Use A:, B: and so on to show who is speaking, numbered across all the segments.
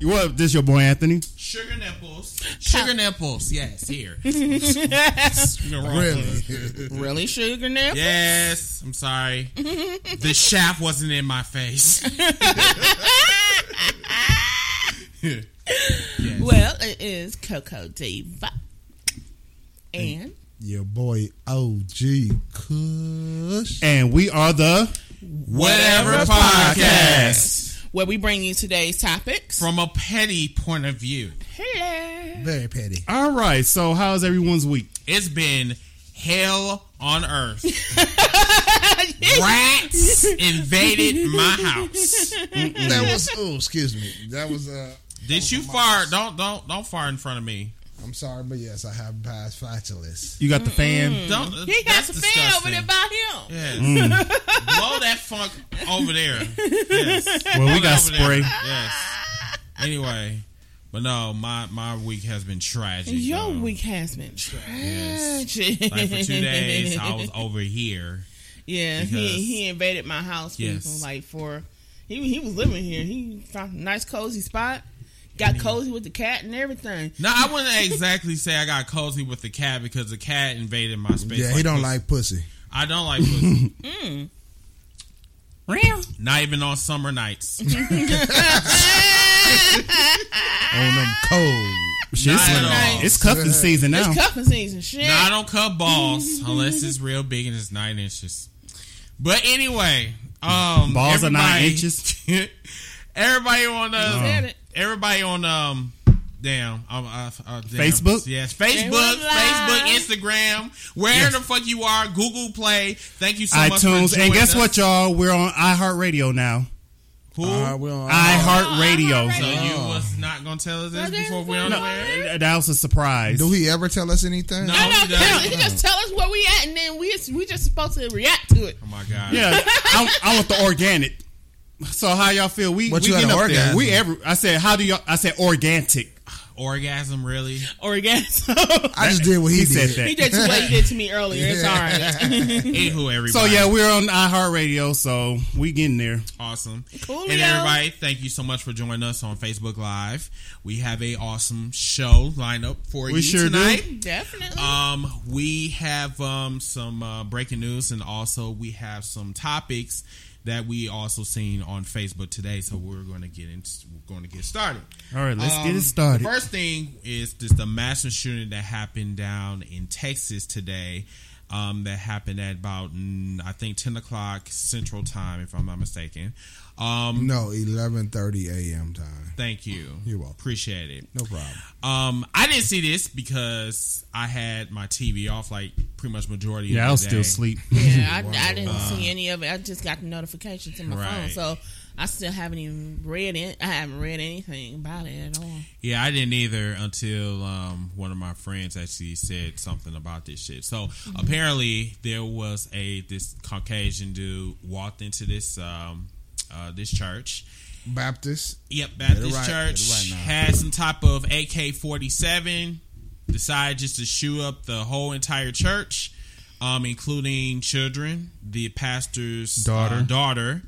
A: You what? This your boy Anthony?
B: Sugar nipples.
C: Sugar nipples, yes, here. The wrong one.
D: really, sugar nip?
C: Yes, I'm sorry. the shaft wasn't in my face.
D: Well, it is Coco Diva. And
E: Your boy OG Kush.
A: And we are the
C: Whatever podcast
D: where we bring you today's topics.
C: from a petty point of view.
D: Hello.
E: Very petty.
A: All right. So how's everyone's week?
C: It's been hell on earth. Rats invaded my house.
E: That was oh, excuse me. That was uh
C: Did you fart? Don't don't don't fart in front of me.
E: I'm sorry, but yes, I have passed fatulas.
A: You got the fan.
C: Don't.
D: Mm-hmm. He got
C: that's
D: some fan over
C: disgusting.
D: there by him.
C: Yes. Blow that funk over there. Yes.
A: Well, we
C: Blow
A: got
C: it Mm-hmm. over
A: spray.
C: there. Yes. Anyway, but no, my my week has been tragic.
D: Your
C: though.
D: week has been
C: Yes.
D: tragic.
C: Like for two days, I was over here.
D: Yeah,
C: Because-
D: he he invaded my house for
C: Yes.
D: for, like for he he was living here. He found a nice cozy spot. Got cozy with the cat and everything.
C: No, I wouldn't exactly say I got cozy with the cat because the cat invaded my space.
E: Yeah, he don't
C: this.
E: like pussy.
C: I don't like pussy.
D: Mm.
C: Not even on summer nights.
E: On them cold.
A: Shit, it's,
C: Not at all.
A: it's cuffing season now.
D: It's cuffing season. Shit.
C: No, I don't cut balls unless it's real big and it's nine inches. But anyway, um,
A: Balls are nine
C: everybody-
A: inches?
C: everybody on
D: Said
C: the,
D: it.
C: everybody on um, damn, um, uh, uh, damn.
A: Facebook?
C: yes,
D: They
C: Facebook,
D: were
C: Facebook,
D: live.
C: Instagram, wherever the fuck you are, Google Play. Thank you so much. for
A: iTunes.
C: joining
A: And guess
C: us.
A: what, y'all? We're on iHeartRadio now.
C: Who?
E: Uh, we
C: Oh,
E: on
A: iHeartRadio.
C: so
A: So
C: you was not gonna tell us this
D: Okay,
C: before we on
D: no.
C: the air?
A: uh, that was a surprise.
E: Do he ever tell us anything?
C: No.
D: I
C: he
D: know.
C: doesn't.
D: He, he just tell us where we at, and then we we just supposed to react to it.
C: Oh my god!
A: Yeah, I, I want the organic. So how y'all feel? We
E: What
A: we
E: you had
A: getting
E: an
A: up there.
E: orgasm?
A: We every. I said how do y'all? I said organic.
C: Orgasm, really?
D: Orgasm.
E: I just did what he,
A: He said
E: did.
A: that.
D: he did to what he did to me earlier. It's all right.
C: Anywho, everybody.
A: So yeah, we're on iHeartRadio. So we getting there.
C: Awesome.
D: Coolio.
C: And everybody, thank you so much for joining us on Facebook Live. We have a awesome show lined up for
A: We
C: you
A: sure do.
C: tonight.
D: Definitely.
C: Um, we have um some uh, breaking news, and also we have some topics that we also seen on Facebook today. So we're going to get in, we're going to get started.
A: All right, let's get
C: Um,
A: it started.
C: The first thing is just the massive shooting that happened down in Texas today. Um, that happened at about mm, I think ten o'clock Central Time, if I'm not mistaken. Um,
E: No, eleven thirty AM time.
C: thank you.
E: You're welcome.
C: Appreciate it.
E: No problem.
C: Um, I didn't see this because I had my TV off like pretty much majority.
A: yeah, I
C: of
A: was
C: the
A: still
C: day.
A: asleep.
D: yeah, I, I didn't see any of it. I just got the notifications in my phone,
C: Right.
D: so I still haven't even read it. I haven't read anything about it at all.
C: Yeah, I didn't either until um, one of my friends actually said something about this shit. So
A: Mm-hmm.
C: apparently, there was a this Caucasian dude walked into this um, uh, this church.
E: Baptist.
C: Yep, Baptist
E: right-
C: church
E: better right now.
C: had some type of AK forty seven. Decided just to shoot up the whole entire church, um, including children, the pastor's
A: Daughter.
C: uh, daughter,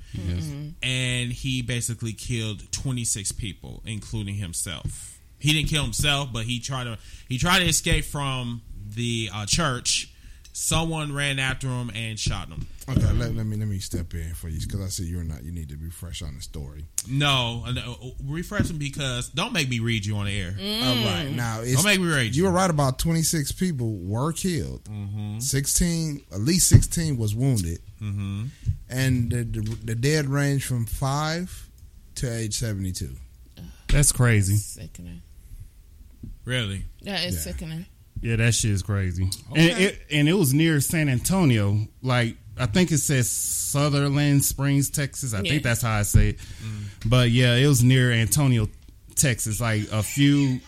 C: and he basically killed twenty six people, including himself. He didn't kill himself, but he tried to he tried to escape from the uh, church. Someone ran after him and shot him.
E: Okay, let, let me let me step in for you because I see you're not. You need to be fresh on the story.
C: No, uh, no refresh him because don't make me read you on the air.
E: All right, now it's,
C: Don't make me rage.
E: You were right about 26 people were killed.
C: Mm-hmm.
E: 16, at least 16 was wounded, Mm-hmm. and the, the the dead range from five to age 72.
A: That's crazy.
D: Sickening.
C: Really?
D: That is
E: Yeah.
D: sickening.
A: Yeah, that shit is crazy. And
C: Okay.
A: it and it was near San Antonio. Like I think it says Sutherland Springs, Texas. I
D: Yeah.
A: think that's how I say it. But yeah, it was near Antonio, Texas. Like a few.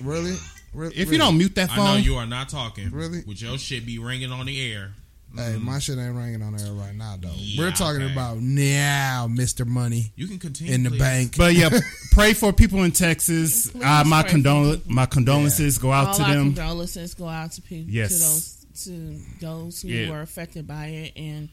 E: Really? Re-
A: If
E: really?
A: you don't mute that
C: I know
A: phone,
C: you are not talking.
E: Really?
C: With your shit be ringing on the air.
E: hey, my shit ain't ringing on there right now though.
C: Yeah,
E: we're talking
C: okay.
E: about now, Mister Money
C: You can continue.
E: in the
C: please.
E: bank.
A: but yeah, pray for people in Texas.
D: Please
A: Uh, my
D: pray for
A: condol my condolences go out
D: All
A: to
D: our
A: them.
D: condolences go out to people
A: Yes.
D: to those to those who
A: Yeah.
D: were affected by it and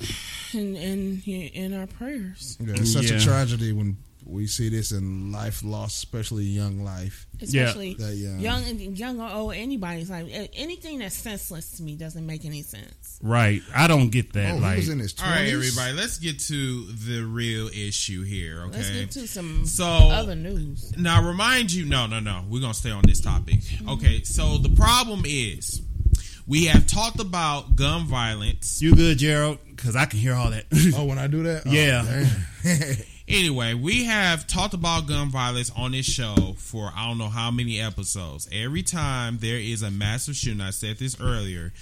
D: and and in our prayers.
E: Yeah, it's such
A: Yeah.
E: a tragedy when We see this in life lost, especially young life.
D: especially
E: That young.
D: young and young or old anybody's like a- anything that's senseless to me doesn't make any sense
A: Right. I don't get that.
E: Oh,
A: like,
E: he was in his 20s.
C: All right, everybody, let's get to the real issue here. Okay.
D: let's get to some
C: so
D: other news
C: Now, remind you, no, no, no. We're going to stay on this topic. Okay, so the problem is we have talked about gun violence.
A: you good, Gerald? Because I can hear all that.
E: Oh, when I do that? Oh,
A: Yeah.
E: damn.
C: Anyway, we have talked about gun violence on this show for I don't know how many episodes. Every time there is a massive shooting, I said this earlier.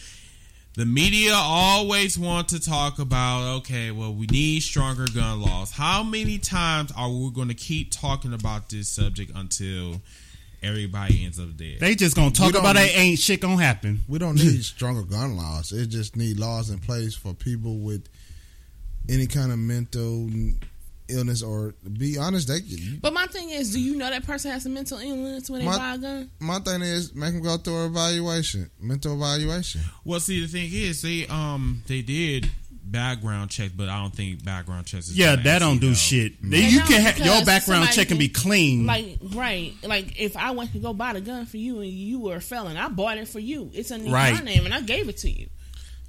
C: The media always want to talk about okay, well, we need stronger gun laws. How many times are we going to keep talking about this subject until everybody ends up dead?
A: they just gonna talk
E: don't
A: about
E: know.
A: that. Ain't shit gonna happen.
E: we don't need stronger gun laws. It just need laws in place for people with any kind of mental illness or be honest, they
D: but my thing is do you know that person has a mental illness when they
E: My-
D: buy a gun
E: my thing is make them go through evaluation, mental evaluation.
C: Well, see, the thing is, they um they did background checks, but I don't think background checks. Is
A: Yeah,
C: gonna
A: that don't
C: actually
A: do
C: help.
A: shit.
D: They
A: You
D: don't,
A: can ha- your
D: because
A: background
D: somebody
A: check can be
D: can-
A: clean.
D: like right like if i went to go buy the gun for you and you were a felon i bought it for you it's under
A: Right.
D: your name and i gave it to you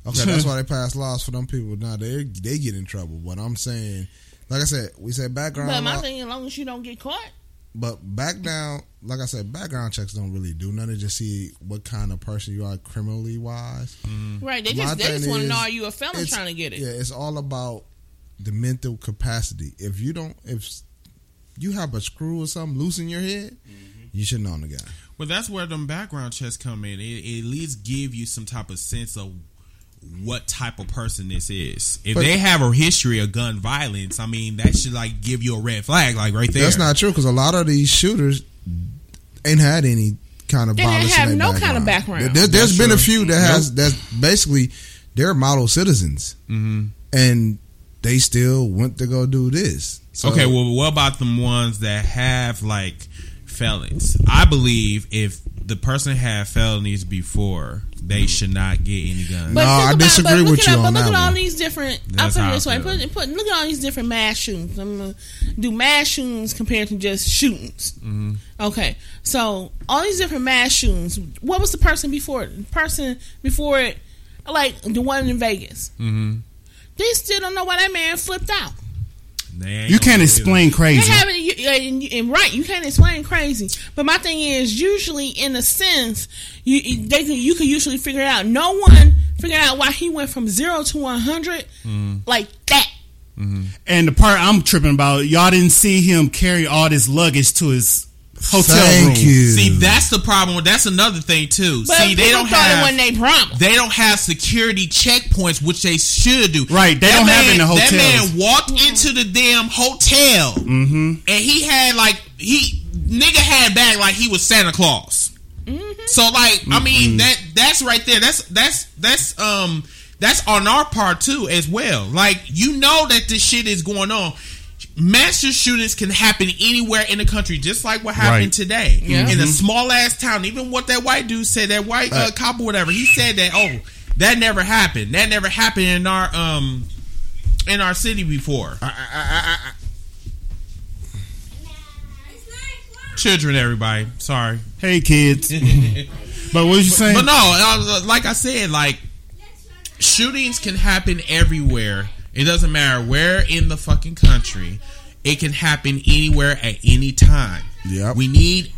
E: Okay, that's why they pass laws for them people. Now they they get in trouble. But I'm saying, like I said, we said background,
D: but my
E: law-
D: thing as long as you don't get caught
E: but back down. Like I said, background checks don't really do nothing. Just see what kind of person you are criminally wise.
D: right they
E: My
D: just they
E: thing
D: just want to
E: is,
D: know are you a felon
E: It's-
D: trying to get it
E: Yeah, it's all about the mental capacity. If you don't, if you have a screw or something loose in your head,
D: Mm-hmm.
E: you should know the guy.
C: Well, that's where them background checks come in. It, it at least give you some type of sense of what type of person this is. If
E: But-
C: they have a history of gun violence, I mean, that should like give you a red flag, like right there.
E: That's not true because a lot of these shooters ain't had any kind of
D: They didn't
E: violence. in
D: have
E: their
D: no kind of background.
E: There, has
C: That's
E: been a few
C: true.
E: that has that's basically they're model citizens,
C: Mm-hmm.
E: and they still went to go do this. So,
C: okay, well, what about the ones that have like felons? I believe if the person had felonies before,
E: Hmm.
C: they should not get any guns.
E: No, I
D: think
E: disagree
D: look
E: with
D: at
E: you
D: all-
E: on
D: But look
E: that
D: at all
E: one.
D: these different.
C: That's
D: I
C: how
D: put
C: I
D: it this way.
C: feel.
D: Put, put, look at all these different mass shootings. I'm gonna do mass shootings compared to just shootings.
E: Mm-hmm.
D: Okay, so all these different mass shootings. What was the person before? it? The person before it, like the one in Vegas. Mm-hmm. They still don't know why that man flipped out.
C: They ain't
A: you
C: gonna
A: can't
C: do it.
A: explain
D: They
C: Mm-hmm.
A: crazy.
D: haven't, you, and, and right, you can't explain crazy. But my thing is, usually in a sense, you you- they can you can usually figure it out. No one figured out why he went from zero to one hundred
C: Mm.
D: like that.
A: And the part I'm tripping about, y'all didn't see him carry all this luggage to his hotel room.
E: thank you.
C: See, that's the problem. That's another thing too.
D: But
C: See, they
D: people
C: don't
D: thought it
C: have
D: wasn't they problem.
C: they don't have security checkpoints, which they should do.
A: Right, they don't have it in the
C: That
A: hotels. Mm-hmm.
C: man walked into the damn hotel, and he had like he nigga had back like he was Santa Claus. So like, I mean that that's right there. That's that's that's um that's on our part too as well. Like you know that this shit is going on. Master shootings can happen anywhere in the country, just like what happened
A: Right.
C: today
D: Yeah.
C: in a small ass town. Even what that white dude said, that white uh, cop or whatever, he said that. Oh, that never happened. That never happened in our um in our city before. Children, everybody. Sorry.
A: Hey kids. but what was you saying?
C: But no, uh, like I said, like shootings can happen everywhere. It doesn't matter where in the fucking country. It can happen anywhere at any time.
E: Yep.
C: We need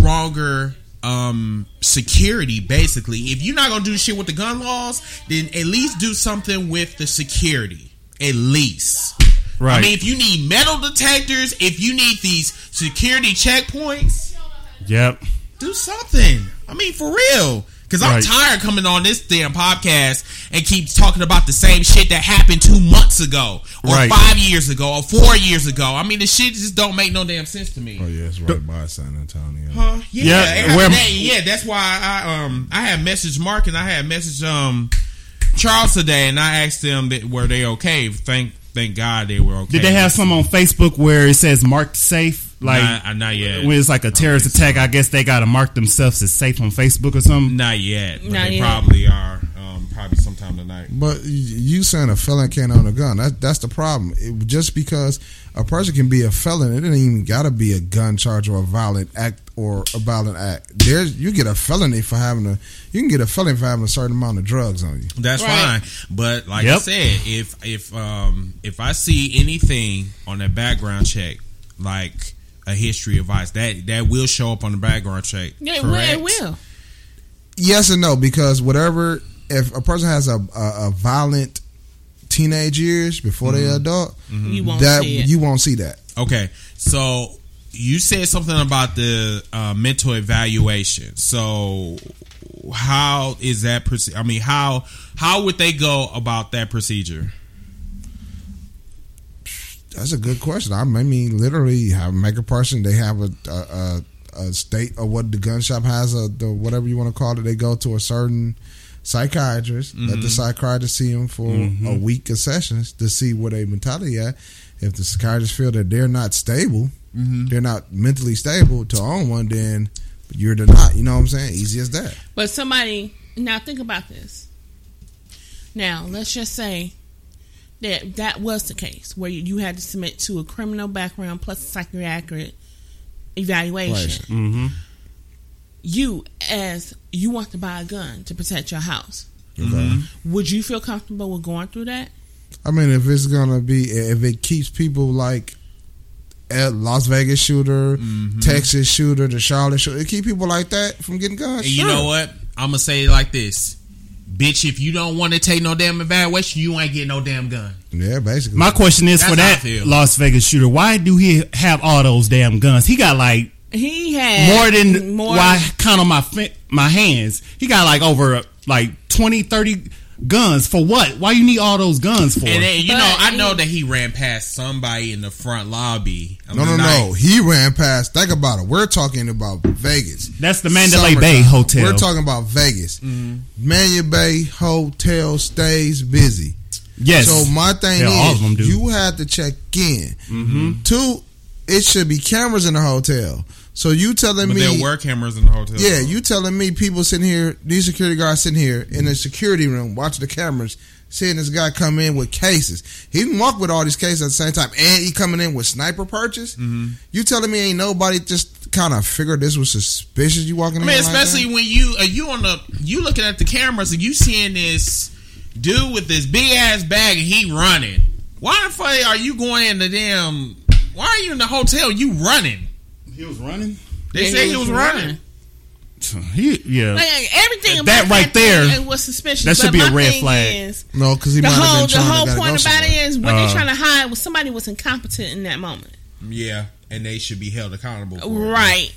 C: stronger um security basically. If you're not going to do shit with the gun laws, then at least do something with the security. At least. I
A: Right.
C: mean, if you need metal detectors, if you need these security checkpoints,
A: Yep.
C: do something. I mean, for real. Because I'm
A: Right.
C: tired of coming on this damn podcast and keeps talking about the same shit that happened two months ago, or
A: Right.
C: five years ago, or four years ago. I mean, the shit just don't make no damn sense to me.
E: oh yeah, it's right by San Antonio.
C: Huh? Yeah,
A: Yeah,
C: and after
A: where-
C: that, yeah. That's why I um I had messaged Mark and I had messaged um Charles today, and I asked them that were they okay. Thank thank God they were okay.
A: Did they have some on Facebook where it says marked safe? Like
C: Not, not yet.
A: when it's like a terrorist attack, I guess they gotta mark themselves as safe on Facebook or something.
C: Not yet. But
D: Not
C: they
D: yet.
C: probably are. Um, probably sometime tonight.
E: But y- you saying a felon can't own a gun? That, that's the problem. It, just because a person can be a felon, it didn't even gotta be a gun charge or a violent act or a violent act. There's you get a felony for having a you can get a felony for having a certain amount of drugs on you.
C: That's
D: Right.
C: fine. But like I
A: Yep.
C: said, if if um if I see anything on that background check, like a history of vice, that that will show up on the background check.
D: Yeah, it will.
C: correct?
D: It will.
E: Yes and no because whatever if a person has a a, a violent teenage years before they're adult,
D: Mm-hmm. You won't
E: that
D: see it.
E: you won't see that.
C: Okay, so you said something about the uh, mental evaluation. So how is that proce- I mean, how how would they go about that procedure?
E: That's a good question. I mean, literally, have make a person. They have a a, a, a state or what the gun shop has a the whatever you want to call it. They go to a certain psychiatrist. Let the psychiatrist see them for a week of sessions to see where they mentality at. If the psychiatrist feel that they're not stable, they're not mentally stable to own one, then you're the not. You know what I'm saying? Easy as that.
D: But somebody now think about this. Now let's just say that that was the case where you, you had to submit to a criminal background plus a psychiatric evaluation.
A: Mm-hmm.
D: You as you want to buy a gun to protect your house.
E: Okay.
D: Would you feel comfortable with going through that?
E: I mean, if it's gonna be, if it keeps people like at Las Vegas shooter, Texas shooter, the Charlotte shooter, it keep people like that from getting guns.
C: And you
E: sure.
C: know what? I'm gonna say it like this. Bitch, if you don't want to take no damn evaluation, you ain't get no damn gun.
E: Yeah, basically.
A: My question is
C: That's
A: for
C: how I
A: that
C: feel.
A: Las Vegas shooter, why do he have all those damn guns? He got like
D: He had
A: more than why I count on my fi- my hands. He got like over like 20, 30 guns for what? Why you need all those guns for?
C: And then, you
D: But
C: know, I know
D: he-
C: that he ran past somebody in the front lobby. on
E: no, no,
C: the
E: no.
C: night.
E: He ran past. Think about it. We're talking about Vegas.
A: That's the Mandalay Bay
E: Summertime.
A: Hotel.
E: We're talking about Vegas. Mandalay Bay Hotel stays busy.
A: yes.
E: So my thing
A: Yeah,
E: is,
A: all of them do.
E: you have to check in. Two, it should be cameras in the hotel. So you telling
C: But
E: me
C: there were cameras in the hotel.
E: Yeah, you telling me people sitting here, these security guards sitting here in the security room watching the cameras, seeing this guy come in with cases. He didn't walk with all these cases at the same time, and he coming in with sniper purchase. You telling me ain't nobody just kind of figured this was suspicious? You walking
C: I
E: in,
C: mean,
E: like that?
C: especially when you are you on the you looking at the cameras and you seeing this dude with this big ass bag and he running. Why the fuck are you going in the damn? Why are you in the hotel? You running?
A: he was running.
C: They
D: Yeah,
C: said he was running.
A: He yeah.
D: Like, like, everything
A: That
D: about
A: right there,
D: thing was suspicious.
A: that should
D: But
A: be a
D: my
A: red
D: thing
A: flag.
D: is,
E: no, because he
D: the
E: might have
D: whole
E: been
D: the
E: trying to
D: whole
E: gotta go
D: point about
E: somewhere.
D: it is what
A: Uh,
D: they're trying to hide was somebody was incompetent in that moment,
C: Yeah, and they should be held accountable. For it.
D: right?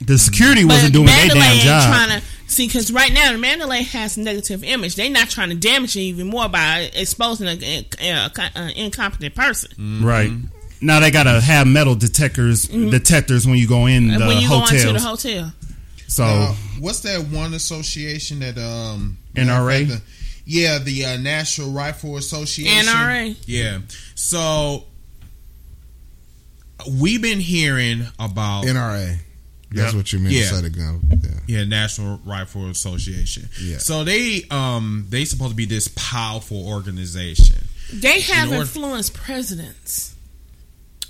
A: The security wasn't doing their
D: Mandalay
A: damn
D: ain't
A: job.
D: trying to see because right now the Mandalay has a negative image. They're not trying to damage it even more by exposing an incompetent person.
A: Mm-hmm. Right.
D: Mm-hmm.
A: Now they gotta have metal detectors detectors when you go in the
D: And Mm-hmm. when you go
A: hotels.
D: into the hotel,
A: so
C: Uh, what's that one association that um
A: NRA?
C: motherfucker- Yeah, the uh, National Rifle Association.
D: NRA.
C: Yeah. So we've been hearing about
E: NRA. That's
A: Yeah.
E: what you meant
C: Yeah.
E: to say the gun. Yeah.
C: yeah National Rifle Association.
E: Yeah.
C: So they um they supposed to be this powerful organization.
D: they have
C: In order-
D: influenced presidents,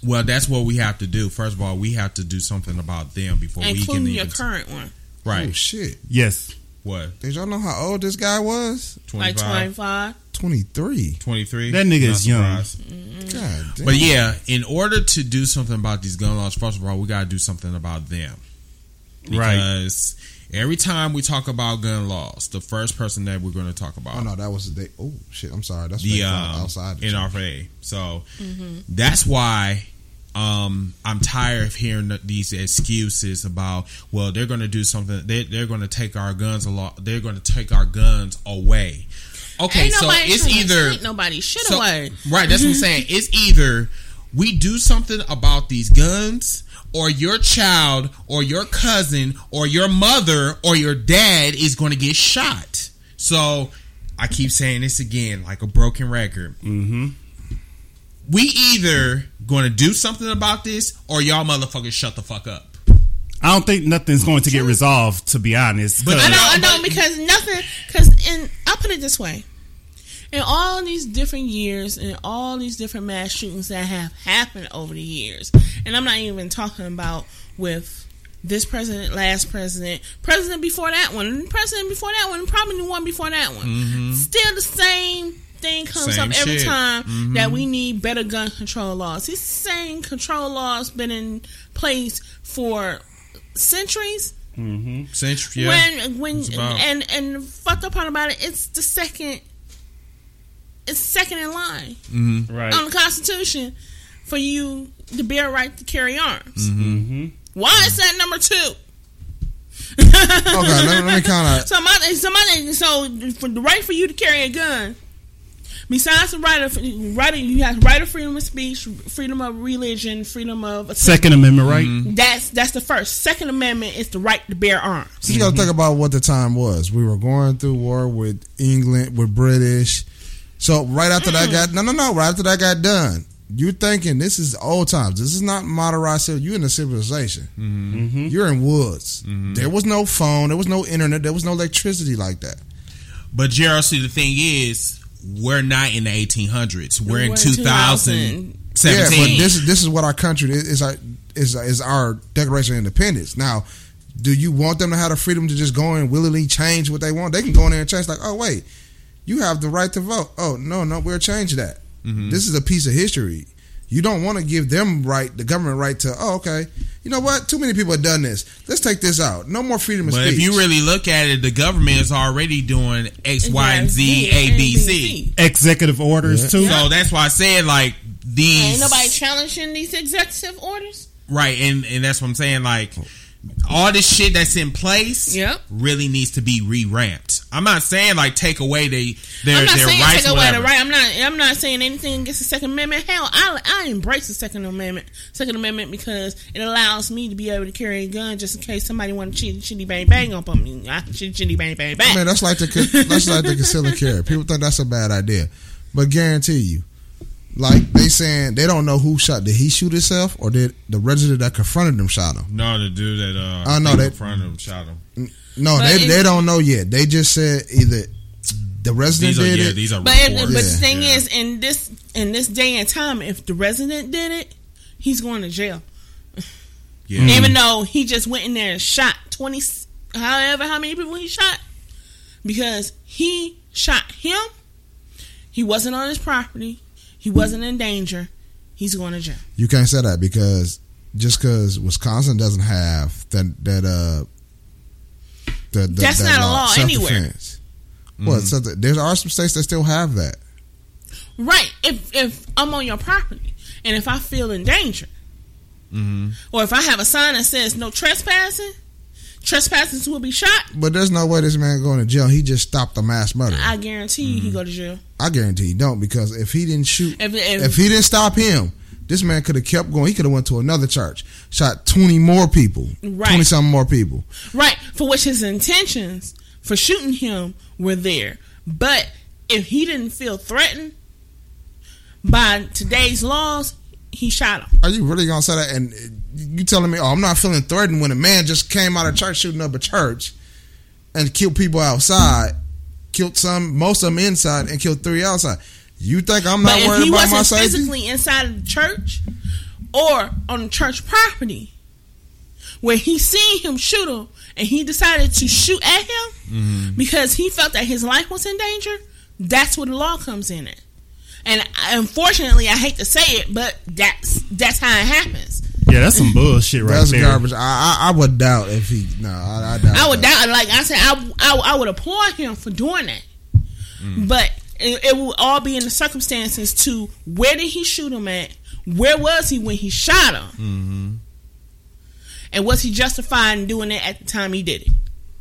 C: Well, that's what we have to do. First of all, we have to do something about them before
D: including
C: we can
D: your
C: even
D: current one,
E: Oh
C: right.
E: shit!
A: yes.
C: What
E: Did y'all know how old this guy was?
C: 25,
D: like twenty five.
E: Twenty three.
C: 23?
A: That nigga
C: Not
A: is young.
C: surprised.
E: God damn.
C: Mm. But yeah, in order to do something about these gun laws, first of all, we got to do something about them.
A: Right.
C: Because every time we talk about gun laws, the first person that we're going to talk about
E: Oh no, that was the day. Oh shit! I'm sorry. That's
C: the
E: right,
C: um,
E: outside. the church.
C: NRA. So
D: Mm-hmm.
C: that's why um, I'm tired of hearing th- these excuses about well they're going to do something they, they're going to take our guns a lot they're going to take our guns away. Okay,
D: Ain't
C: so
D: nobody
C: it's
D: trying to
C: either
D: take nobody shit
C: so-
D: away.
C: Right, that's what I'm saying. It's either we do something about these guns, or your child, or your cousin, or your mother, or your dad is going to get shot. So I keep saying this again, like a broken record. Mm-hmm. We either going to do something about this, or y'all motherfuckers shut the fuck up.
A: I don't think nothing's going to get resolved. To be honest,
C: But
A: 'cause-
D: I know, I know, because nothing. Because in, I'll put it this way: in all these different years, and all these different mass shootings that have happened over the years, and I'm not even talking about with this president, last president, president before that one, and president before that one, and probably the one before that one. Still the same thing comes
C: Mm-hmm. Same
D: up every
C: shit. Mm-hmm.
D: time that we need better gun control laws. These same control laws been in place for centuries
C: Since, yeah.
D: when when
C: it's about-
D: and and the fucked up part about it, it's the second, it's second in line
C: Mm-hmm.
A: right?
D: on the Constitution for you to bear right to carry arms.
C: Mm-hmm.
D: Why is that number two?
E: Okay, let, me- let me kind of.
D: Somebody, somebody, so for the right for you to carry a gun. Besides the right of right, of- you have right of freedom of speech, freedom of religion, freedom of
A: Second Amendment right.
D: that's that's the first. Second Amendment is the right to bear arms.
E: You got to think about what the time was. We were going through war with England, with British. So right after that got no, no, no. Right after that got done, you thinking this is old times. This is not modernized. civ- You in a civilization. You're in woods. There was no phone. There was no internet. There was no electricity like that.
C: But Gerald, see, the thing is, we're not in the 1800s. We're, in
D: We're in 2000.
C: 2017.
E: Yeah, but this is this is what our country is is our is, is our Declaration of Independence. Now, do you want them to have the freedom to just go in and willingly change what they want? They can go in there and change. Like, oh wait, you have the right to vote. Oh no, no, we'll change that.
C: Mm-hmm.
E: This is a piece of history. You don't want to give them right, the government right to. Oh, okay. You know what? Too many people have done this. Let's take this out. No more freedom of
C: But
E: speech.
C: if you really look at it, the government is already doing X, Y, and Z, A, B, C.
A: Executive orders too.
C: So that's why I said like
D: Ain't
C: these
D: nobody challenging these executive orders.
C: right, and and that's what I'm saying. Like all this shit that's in place,
D: Yep.
C: really needs to be re-ramped. I'm not saying like take away they their
D: I'm not
C: their
D: saying
C: rights,
D: take away the
C: whatever.
D: right. I'm not. I'm not saying anything against the Second Amendment. Hell, I, I embrace the Second Amendment. Second Amendment because it allows me to be able to carry a gun just in case somebody want to chitty chitty bang bang up on me. I can chitty chitty bang bang bang.
E: Man, that's like the con- that's like the concealing carry. People think that's a bad idea, but guarantee you, like they saying they don't know who shot. Did he shoot himself or did the resident that confronted him shot him?
C: No, the dude that uh,
E: I know
C: came
E: that-
C: in front of him shot him.
E: No,
D: But
E: they
D: it-
E: they don't know yet. They just said either the resident
C: These are
E: did
C: yeah,
E: it.
C: these are
D: but it-
C: reports.
D: but the
E: Yeah.
D: thing
C: Yeah.
D: is, in this in this day and time, if the resident did it, he's going to jail.
C: Yeah.
D: Even though he just went in there and shot twenty, however how many people he shot, because he shot him. He wasn't on his property. He wasn't in danger. He's going to jail.
E: you can't say that because just because Wisconsin doesn't have that that uh the, the,
D: That's
E: that
D: not a law anywhere.
E: self-defense.
C: Mm.
E: What? So th- there are some states that still have that.
D: Right. If if I'm on your property and if I feel in danger, or if I have a sign that says no trespassing, trespassers will be shot.
E: But there's no way this man going to jail. He just stopped a mass murder.
D: I guarantee you, he go to jail.
E: I guarantee you don't because if he didn't shoot,
D: If-
E: if,
D: if-
E: he didn't stop him, this man could have kept going. He could have went to another church, shot twenty more people,
D: Right.
E: twenty something more people.
D: Right. For which his intentions for shooting him were there. But if he didn't feel threatened by today's laws, he shot him.
E: Are you really gonna say that? And uh, you telling me, oh, I'm not feeling threatened when a man just came out of church shooting up a church and killed people outside, killed some, most of them inside, and killed three outside. You think I'm
D: But
E: not
D: if
E: worried
D: he
E: about my
D: wasn't
E: safety?
D: physically inside of the church or on the church property where he seen him shoot him and he decided to shoot at him
E: Mm-hmm.
D: because he felt that his life was in danger, that's where the law comes in at. And I- unfortunately, I hate to say it, but that's that's how it happens.
A: Yeah, that's some bullshit right
E: That's
A: there.
E: garbage. I, I I would doubt if he. No, I, I doubt.
D: I would
E: that.
D: doubt. Like I said, I, I, I would applaud him for doing that,
C: Mm.
D: but it, it will all be in the circumstances to where did he shoot him at? Where was he when he shot him?
C: Mm-hmm.
D: And was he justified in doing it at the time he did it?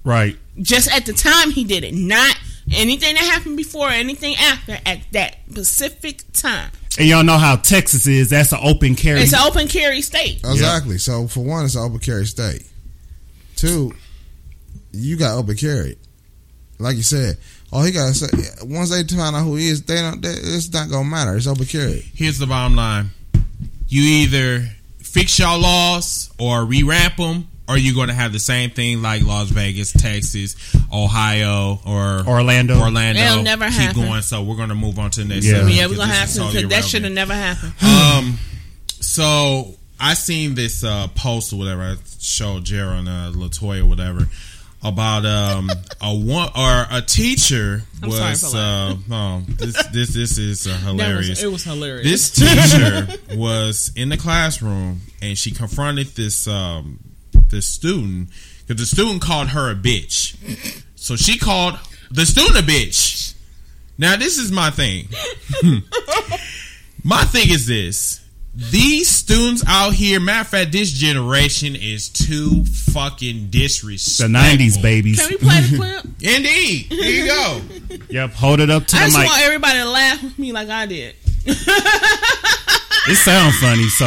A: Right.
D: Just at the time he did it, not anything that happened before, or anything after. At that specific time,
A: And y'all know how Texas is. That's an open carry.
D: it's an open carry state.
C: Uh,
E: Exactly. So for one, it's an open carry state. Two, you got open carry. Like you said, all he got to say once they find out who he is, they don't. They, it's not gonna matter. It's open carry.
C: here's the bottom line: you either fix your laws or re-ramp them are you going to have the same thing like Las Vegas, Texas, Ohio, or
A: Orlando.
C: Orlando
D: It'll never
C: keep
D: happen.
C: going. So we're going to move on to the next.
A: Yeah.
C: subject,
D: Yeah, we're gonna have
C: because this is
D: to. 'cause
C: totally
D: that should have
C: relevant.
D: never happened.
C: Um, so I seen this uh, post or whatever I showed Jaron uh, Latoya or whatever about um a one or a teacher
D: I'm sorry
C: was
D: for laughing.
C: uh, oh this this this is uh,
B: That
C: hilarious.
B: was, it was hilarious.
C: This teacher was in the classroom and she confronted this um this student because the student called her a bitch. So she called the student a bitch. Now this is my thing. my thing is this. These students out here, matter of fact, this generation is too fucking
A: The
C: disrespectful.
A: nineties babies.
D: Can we play the clip?
C: Indeed. Here you go.
A: Yep, hold it up to
D: I
A: the
D: just want
A: mic.
D: everybody to laugh with me like I did.
A: It sounds funny, so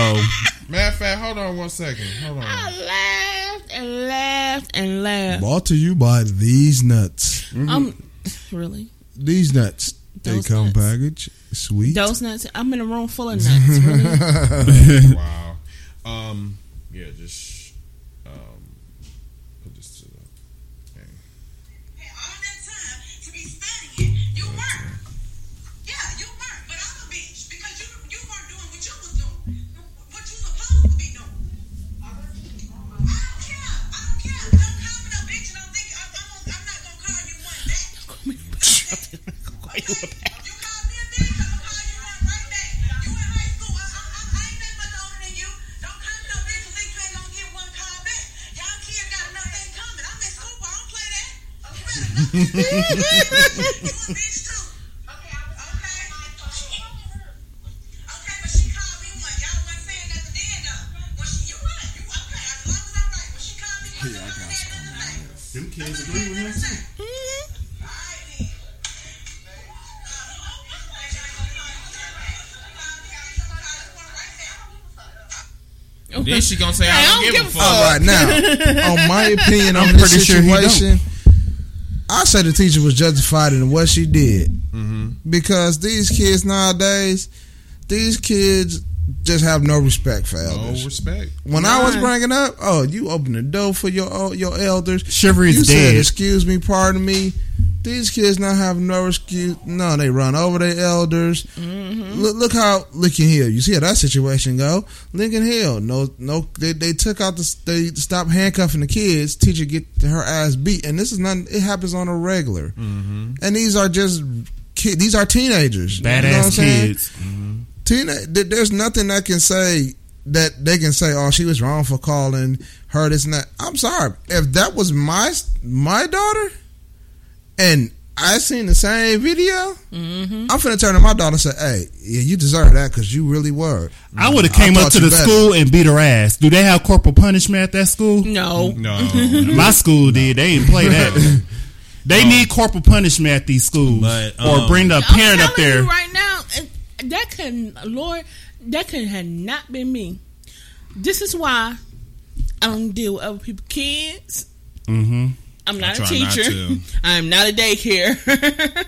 C: Matter of fact, hold on one second. Hold on.
D: I laughed and laughed and laughed.
E: Brought to you by these nuts.
D: I'm really
E: These nuts. They
D: Those
E: come
D: nuts.
E: packaged sweet.
D: those nuts. I'm in a room full of nuts. Really.
C: wow. Um, yeah, just um, put this to the.
F: all that time to be studying, you work. Yeah, you work, but I'm a bitch because you you weren't doing what you was doing, what you supposed to be doing. I don't care. I don't care. Don't call me no bitch, and I'm thinking I'm, I'm, gonna- I'm not gonna call you one back. You call me a bitch, I'm gonna call you one right back. You in high school, I, I, I, I ain't that much older than you. Don't call me no bitch, at least you ain't gonna get one call back. Y'all kids got another thing coming. I'm in school, but I don't play that. You better know. Them kids agree with him too.
C: Then she gonna say, I, don't, give, a fuck.
E: All right, now, on my opinion, on
A: I'm
E: this
A: pretty sure he don't.
E: situation, I say the teacher was justified in what she did because these kids nowadays, these kids just have no respect for elders.
C: Oh, respect.
E: when I was bringing up, oh, you open the door for your your elders.
A: Shiver is
E: you said,
A: dead.
E: "Excuse me, pardon me." These kids not have no excuse. No, they run over their elders. Look, look how Lincoln Hill. You see how that situation go? Lincoln Hill. No, no. They, they took out the. They stopped handcuffing the kids. Teacher get her ass beat, and this is not. It happens on a regular. And these are just. Kid, these are teenagers. You know what I'm
A: Mm-hmm. badass
E: saying?
A: kids.
E: Tina, th- there's nothing that can say that they can say, "Oh, she was wrong for calling her this and that." I'm sorry. If that was my my daughter, and I seen the same video,
C: Mm-hmm.
E: I'm finna turn to my daughter and say, "Hey, yeah, you deserve that because you really were."
A: I would have came
E: I
A: up
E: thought
A: to
E: you
A: the
E: better.
A: school and beat her ass. Do they have corporal punishment at that school?
D: No,
C: No,
D: Mm-hmm.
A: My school did. They didn't play that. They need corporal punishment at these schools,
C: But,
A: or
C: um,
A: bring the
D: I'm
A: parent up
D: telling
A: there.
D: you right now. And that can, Lord, that could have not been me. This is why I don't deal with other people, kids.
A: hmm
D: I'm not a
C: try not
D: teacher.
C: to.
D: I'm not a daycare.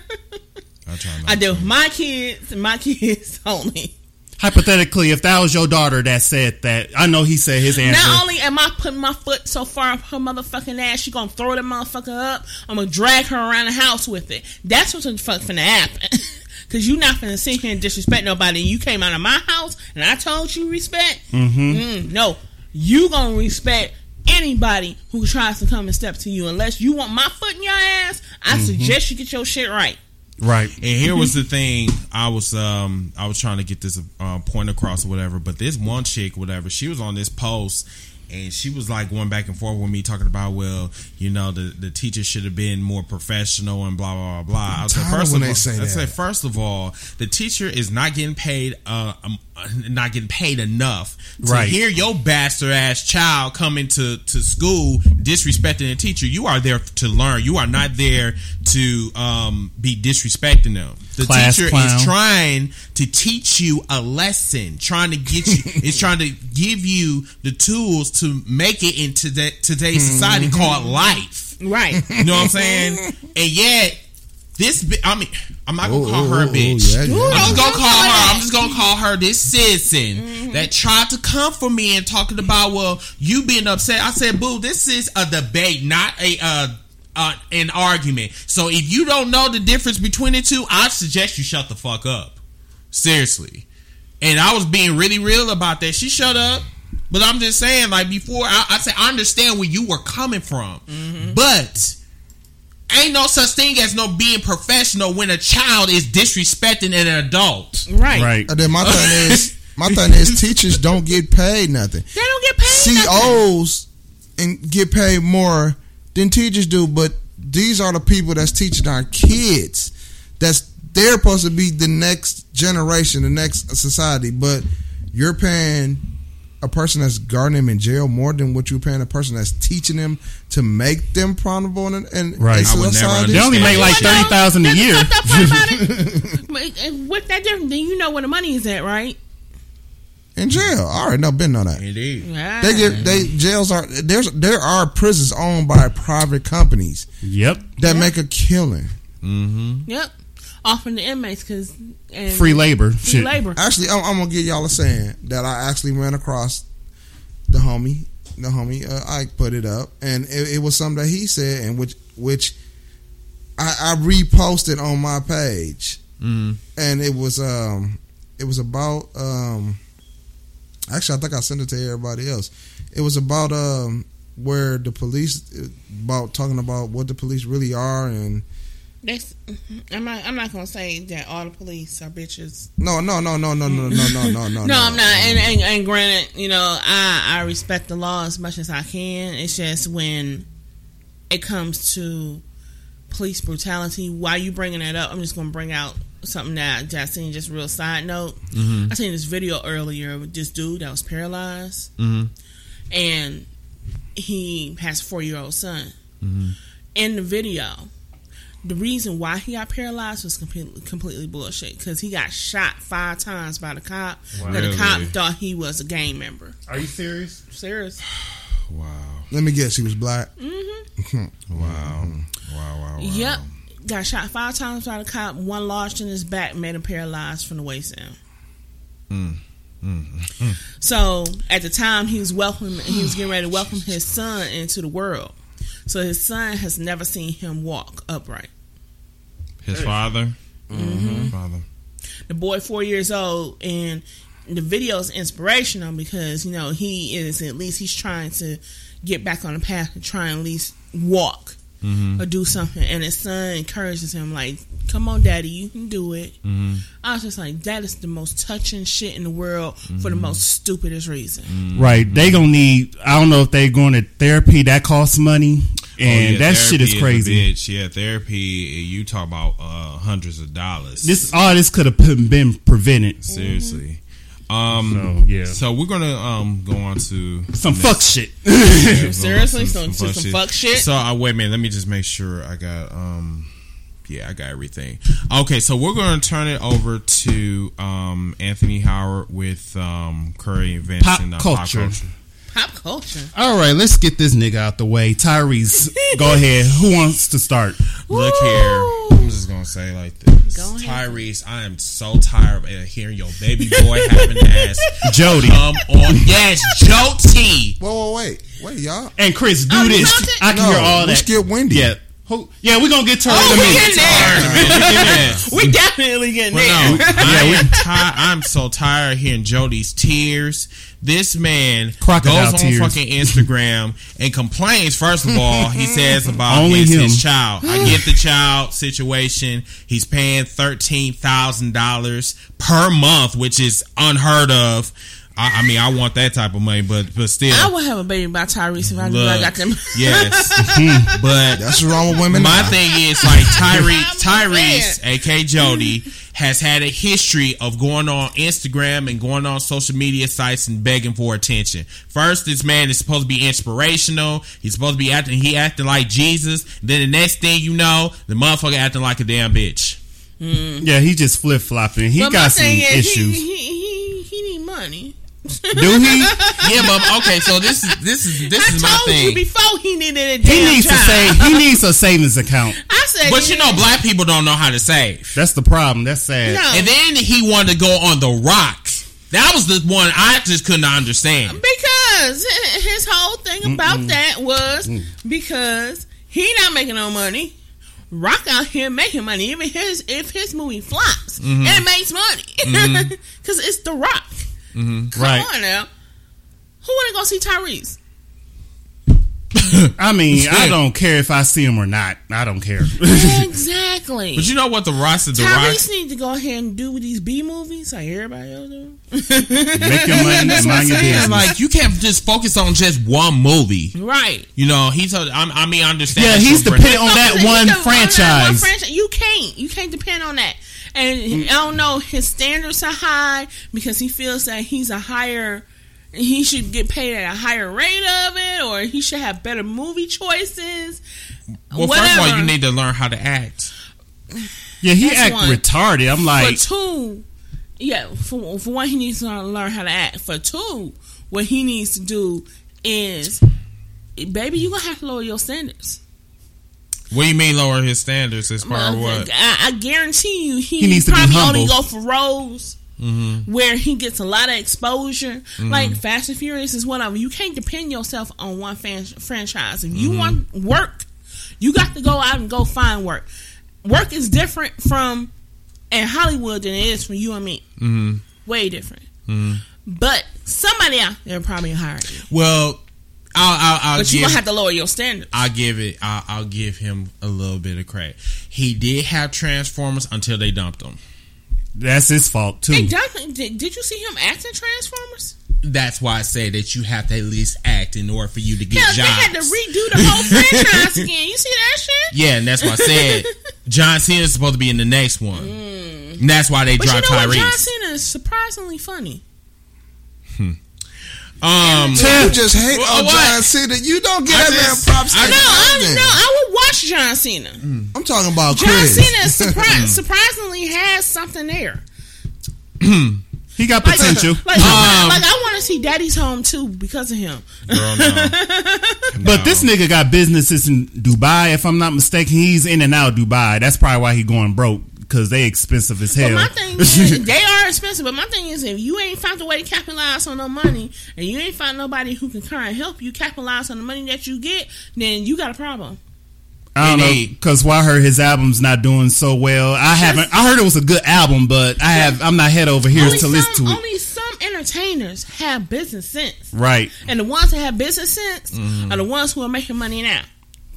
C: I try not.
D: I deal with my kids and my kids only.
A: Hypothetically, if that was your daughter that said that, I know he said his answer.
D: Not only am I putting my foot so far up her motherfucking ass, she gonna throw that motherfucker up. I'm gonna drag her around the house with it. That's what's the fuck finna happen. Cause you not finna sit here and disrespect nobody. You came out of my house and I told you respect.
A: Mm-hmm.
D: Mm, no, you gonna respect anybody who tries to come and step to you. Unless you want my foot in your ass, I
A: Mm-hmm.
D: suggest you get your shit right.
A: right?
C: And here was the thing. I was um I was trying to get this uh, point across or whatever. But this one chick, whatever, she was on this post. And she was like going back and forth with me talking about, well, you know, the, the teacher should have been more professional and blah blah blah. blah. I was like,
E: tired
C: first
E: when
C: of
E: they
C: all,
E: say
C: I
E: that.
C: said, first of all, the teacher is not getting paid, uh, um, not getting paid enough to
A: Right.
C: hear your bastard ass child coming to to school disrespecting a teacher. You are there to learn. You are not there to um, be disrespecting them. The
A: Class
C: teacher
A: clown.
C: is trying to teach you a lesson, trying to get you, it's trying to give you the tools to make it in
A: Mm-hmm.
C: today, today's society called life.
D: Right.
C: You know what I'm saying? And yet, This, bi- I mean, I'm not gonna
E: Ooh,
C: call
E: ooh,
C: her a
E: ooh,
C: bitch.
E: ooh, yeah, yeah.
C: I'm just gonna call
D: Don't call
C: her. Mm-hmm.
D: her
C: I'm just gonna call her this citizen that tried to come for me and talking about well, you being upset. I said, boo, this is a debate, not a uh, uh an argument. So if you don't know the difference between the two, I suggest you shut the fuck up. Seriously. And I was being really real about that. She shut up. But I'm just saying, like before, I, I said I understand where you were coming from, Mm-hmm. but ain't no such thing as no being professional when a child is disrespecting an adult.
D: Right.
A: Right.
E: And then my thing is, my thing is, teachers don't get paid nothing.
D: They don't get paid. nothing.
E: COs and get paid more than teachers do, but these are the people that's teaching our kids. That's they're supposed to be the next generation, the next society, but you're paying a person that's guarding them in jail more than what you're paying a person that's teaching them to make them profitable in, in,
A: Right.
E: in
A: I would
C: never
E: society.
A: They only make like
D: You wanna know
A: thirty thousand a
D: the
A: year.
D: fucked up part about it? But, uh, With that difference, then you know where the money is at, right?
E: in jail. All right, no, been know that.
C: Indeed.
E: They get they jails are there's there are prisons owned by private companies
A: Yep.
E: that make a killing.
D: Yep. Offering the inmates because
A: Free labor. Shit.
D: labor.
E: Actually, I'm, I'm gonna give y'all a saying that I actually ran across the homie. The homie uh, Ike put it up, and it, it was something that he said, and which which I, I reposted on my page,
C: Mm.
E: and it was um it was about um actually I think I sent it to everybody else. It was about um where the police about talking about what the police really are and
D: That's, I'm not. I'm not gonna say that all the police are bitches.
E: no no no no no no no no no no
D: No, I'm not. And, and and granted, you know, I I respect the law as much as I can. It's just when it comes to police brutality. Why you bringing that up? I'm just gonna bring out something that, that I seen. Just real side note. I seen this video earlier with this dude that was paralyzed.
C: Mm-hmm.
D: and he has a four year old son. Mm-hmm. In the video, the reason why he got paralyzed was completely, completely bullshit because he got shot five times by the cop. But the cop
C: Really?
D: thought he was a gang member.
A: Are you serious?
D: Serious.
C: Wow.
E: Let me guess, he was black.
C: Wow. Wow.
A: Oh,
C: Wow. Wow.
D: Yep. Got shot five times by the cop. One lodged in his back, made him paralyzed from the waist down.
A: Hmm.
D: So at the time, he was welcoming, he was getting ready to welcome his son into the world. So his son has never seen him walk upright.
C: His father. Father.
D: the boy four years old and the video is inspirational because you know he is at least he's trying to get back on the path and try and at least walk or do something and his son encourages him like come on daddy you can do it i was just like that is the most touching shit in the world for the most stupidest reason
A: Right. They gonna need. I don't know if they going to therapy. That costs money, and
C: Oh, yeah,
A: that shit
C: therapy
A: is
C: a
A: crazy.
C: bitch. Yeah, therapy. You talk about uh, hundreds of dollars.
A: This all this could have been prevented.
C: seriously. Um.
A: So, yeah.
C: So we're gonna um go on to
A: Some fuck shit.
D: seriously so some, some fuck shit
C: So uh, wait a minute. Let me just make sure I got um. Yeah, I got everything. Okay, so we're going to turn it over to um, Anthony Howard with um, Curry and Vince
A: Pop
C: and uh,
A: culture.
D: pop culture
A: All right, let's get this nigga out the way. Tyrese, go ahead. Who wants to start?
C: Look
D: Woo!
C: here, I'm just gonna say it like this,
D: Go ahead.
C: Tyrese. I am so tired of uh, hearing your baby boy having ass.
A: Jody
C: Come on, yes, Jody.
E: Whoa, whoa, wait, wait, y'all.
A: and Chris, do
D: Oh, you
A: this.
D: found it?
A: I can
E: No,
A: hear all
E: we
A: that.
E: skip Wendy.
A: Yeah. Who, yeah, we're gonna get to her
D: Oh,
A: in a
D: we
A: minute.
D: getting there.
C: Yeah.
D: We definitely getting
C: Well,
D: there.
C: no, I am tired. I'm so tired of hearing Jody's tears. This man
A: Crocodile
C: goes on
A: tears.
C: fucking Instagram and complains. First of all, he says about
A: Only
C: his,
A: him.
C: his child. I get the child situation. He's paying thirteen thousand dollars per month, which is unheard of. I, I mean, I want that type of money, but but still,
D: I would have a baby by Tyrese if I knew I
C: look,
D: got them.
C: yes, but
E: That's what's wrong with women.
C: my
E: now.
C: thing is like Tyrese,
D: I'm
C: Tyrese, aka Jody, has had a history of going on Instagram and going on social media sites and begging for attention. First, this man is supposed to be inspirational. He's supposed to be acting. He acting like Jesus. Then the next thing you know, the motherfucker acting like a damn bitch.
A: Yeah, he just flip flopping. He
D: But my
A: got some
D: thing is,
A: issues.
D: He, he, he, he need money.
A: do he?
C: Yeah, but okay. So this is this is this
D: I
C: is
D: told
C: my
D: you
C: thing.
D: before he needed
A: He
D: a damn
A: needs to
D: job.
A: say he needs a savings account.
D: I I said,
C: But you
D: yeah.
C: know, black people don't know how to save.
A: That's the problem. That's sad.
D: No.
C: And then he wanted to go on the rocks. That was the one I just couldn't understand.
D: Because hi- his whole thing about that was
C: Mm.
D: because he not making no money. Rock out here making money. Even his if his movie flops,
C: Mm-hmm.
D: it makes money because it's the Rock.
C: Mm-hmm.
A: right.
D: Come on now, who want to go see Tyrese?
A: I mean, I don't care if I see him or not. I don't care.
D: exactly.
C: But you know what the rocks is the
D: Tyrese
C: rocks.
D: need to go ahead and do with these B movies like everybody else do.
A: Make your money,
C: That's what I'm
A: mind your
C: saying.
A: business.
C: Like you can't just focus on just one movie.
D: Right.
C: You know, he's. A, I'm, I mean, I understand.
A: yeah,
C: that's
A: he's
C: what Brit-
A: dependent on
D: You
A: that
D: can-
A: one
D: you can- on that one
A: franchise.
D: franchise. You can't. You can't depend on that. And I don't know. His standards are high because he feels that he's a higher. He should get paid at a higher rate of it, or he should have better movie choices.
C: Well, first of all, you need to learn how to act.
A: Yeah, he
D: That's
A: act
D: one.
A: retarded. I'm like,
D: for two. Yeah, for for one, he needs to learn how to act. For two, what he needs to do is, baby, you gonna have to lower your standards.
C: What do you mean lower his standards as far as what?
D: I, I guarantee you, he,
A: He needs to be
D: probably
A: humble. Mm-hmm.
D: only go for roles where he gets a lot of exposure. Like Fast and Furious is one of them. You can't depend yourself on one fan- franchise. If you
A: Mm-hmm.
D: want work, you got to go out and go find work. Work is different from in Hollywood than it is for you and me. Mm-hmm. Way different.
A: Mm-hmm.
D: But somebody out there probably hired you.
C: Well, I'll, I'll, I'll
D: But
C: give.
D: you're gonna have to lower your standards.
C: I'll give it. I'll, I'll give him a little bit of credit. He did have Transformers until they dumped him.
A: that's his fault too.
D: Hey, Jonathan, did, did you see him act in Transformers?
C: That's why I say that you have to at least act in order for you to get
D: Hell,
C: jobs.
D: they had to redo the whole franchise again. You see that shit?
C: yeah, and that's why I said John Cena's supposed to be in the next one. And that's why they
D: Mm. But you know
C: dropped
D: what? John
C: Tyrese.
D: Cena is surprisingly funny.
C: Um,
E: You just hate
C: Well,
E: on
C: what?
E: John Cena. You don't get
C: I
E: that man
C: just-
E: props.
C: I-
E: like
D: No, I,
E: nothing.
D: no, I would watch John Cena.
E: I'm talking about
D: John
E: Chris.
D: Cena is surpri- surprisingly has something there.
A: he got
D: Like,
A: potential,
D: like, I- like, I want to see Daddy's Home too because of him.
C: girl, no.
A: but this nigga got businesses in Dubai. If I'm not mistaken, he's in and out of Dubai. That's probably why he going broke because they expensive as
D: But
A: hell.
D: my thing is, they are expensive. But my thing is, if you ain't found a way to capitalize on no money, and you ain't found nobody who can kind of help you capitalize on the money that you get, then you got a problem.
A: I don't know
C: Indeed.
A: because why I heard his album's not doing so well. I haven't. I heard it was a good album, but I have. I'm not head over heels
D: Only
A: to
D: some,
A: listen to it.
D: only some entertainers have business sense.
A: Right.
D: And the ones that have business sense
A: Mm-hmm.
D: are the ones who are making money now.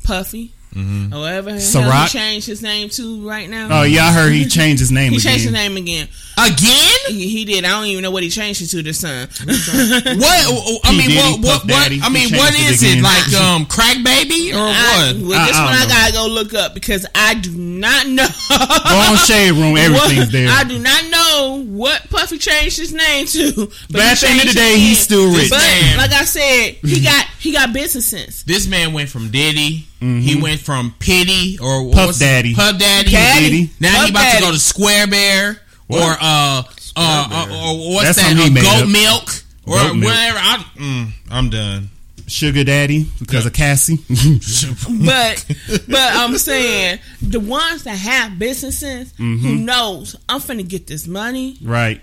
D: Puffy, or whatever the hell
A: Ciroc.
D: he changed his name to right now.
A: Oh yeah, I heard he changed his name
D: He
A: again.
D: changed his name again.
C: again?
D: He, he did. I don't even know what he changed it to this time.
C: What? I
A: P.
C: mean,
A: Diddy,
C: what? What?
A: Puff
C: what
A: Daddy,
C: I
A: he
C: mean,
A: changed
C: what
A: it
C: is it
A: again.
C: like? Um, crack baby or
D: I,
C: what?
D: well, this
A: I- I
D: one
A: don't
D: I
A: know.
D: gotta go look up because I do not know.
A: Go on Shade Room, everything's
D: What-
A: there.
D: I do not know what Puffy changed his name to.
A: But at the end of the day, he's
D: he's
A: still rich.
D: But
C: Man.
D: like I said, he got he got business sense.
C: This man went from Diddy. He went from Pity or what
A: Mm-hmm. Puff
C: was-
A: Daddy.
C: Puff Daddy.
A: Caddy. Diddy.
C: Now
D: Puff
C: he about to
D: Daddy.
C: go to Square Bear or uh, uh, uh, or what's
A: That's
C: that?
A: something he
C: Uh,
A: made
C: goat
A: up.
C: milk or
A: Goat milk.
C: whatever. I, mm, I'm done.
A: Sugar Daddy because of Cassie.
D: But but I'm saying the ones that have businesses who knows I'm finna get this money
A: right.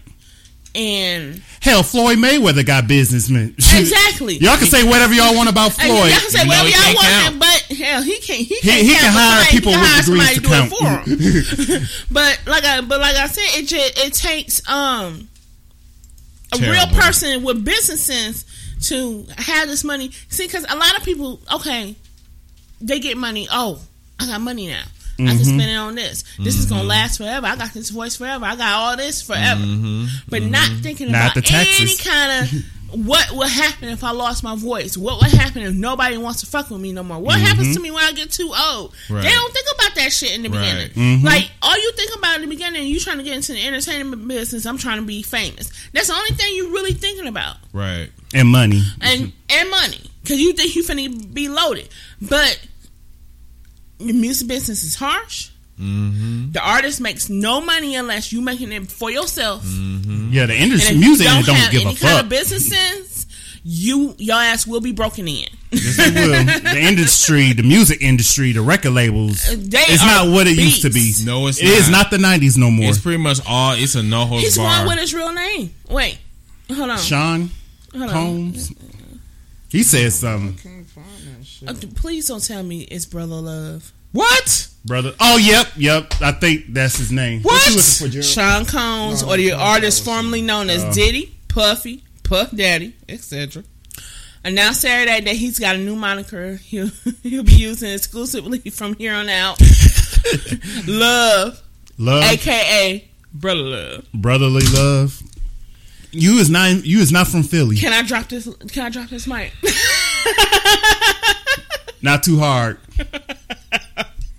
D: and
A: Hell, Floyd Mayweather got businessmen.
D: exactly.
A: Y'all can say whatever y'all want about
D: And
A: Floyd.
D: y'all can say
C: you know
D: whatever
C: he
D: y'all
C: can't
D: want,
C: count.
D: but hell, he can't. He,
A: He,
D: can't
A: he
D: count,
A: can
D: but
A: hire
D: somebody- he
A: people
D: can
A: with
D: hire
A: degrees
D: somebody
A: to
D: do
A: count.
D: it for him. But like I but like I said, it just it takes um a
C: Terrible.
D: real person with business sense to have this money. See, because a lot of people, okay, they get money. Oh, I got money now. I can
A: Mm-hmm.
D: spend it on this. This is gonna last forever. I got this voice forever. I got all this forever. But not thinking
A: Mm-hmm. Not the
D: about any
A: taxes.
D: kind of what would happen if I lost my voice. What would happen if nobody wants to fuck with me no more? What happens to me when I get too old?
C: Mm-hmm. Right.
D: They don't think about that shit in the
C: Right. Mm-hmm.
D: beginning. Like all you think about in the beginning, you trying to get into the entertainment business. I'm trying to be famous. That's the only thing you really thinking about,
C: Right.
A: and money.
D: and
C: Mm-hmm.
D: and money, because you think you finna be loaded. But the music business is harsh.
C: Mm-hmm.
D: The artist makes no money unless you making it for yourself.
A: Yeah, the industry
D: And if
A: music
D: you don't,
A: don't,
D: have
A: give
D: any
A: a
D: kind of
A: fuck.
D: business sense, you your ass will be broken in.
A: Yes, it will. the industry, the music industry, the record labels.
D: They
A: it's
D: are
A: not what it used to be.
D: beasts.
C: No, it's
A: It is not
C: not.
A: the '90s no more.
C: It's pretty much all. It's a no holds
D: He's
C: bar.
D: one with his real name. Wait, hold on.
A: Sean
D: Hold on.
A: Combs. He said something,
D: Uh, please don't tell me it's Brother Love.
C: what?
A: brother. Oh, yep, yep. I think that's his name.
C: What?
A: you looking for, Gerald?
D: Sean Combs, or the artist formerly known as Diddy, Puffy, Puff Daddy, etc. Announced Saturday that he's got a new moniker he'll, he'll be using exclusively from here on out. love,
A: Love,
D: aka Brother Love.
A: brotherly love. You is not. You is not from Philly.
D: Can I drop this? Can I drop this mic?
A: Not too hard.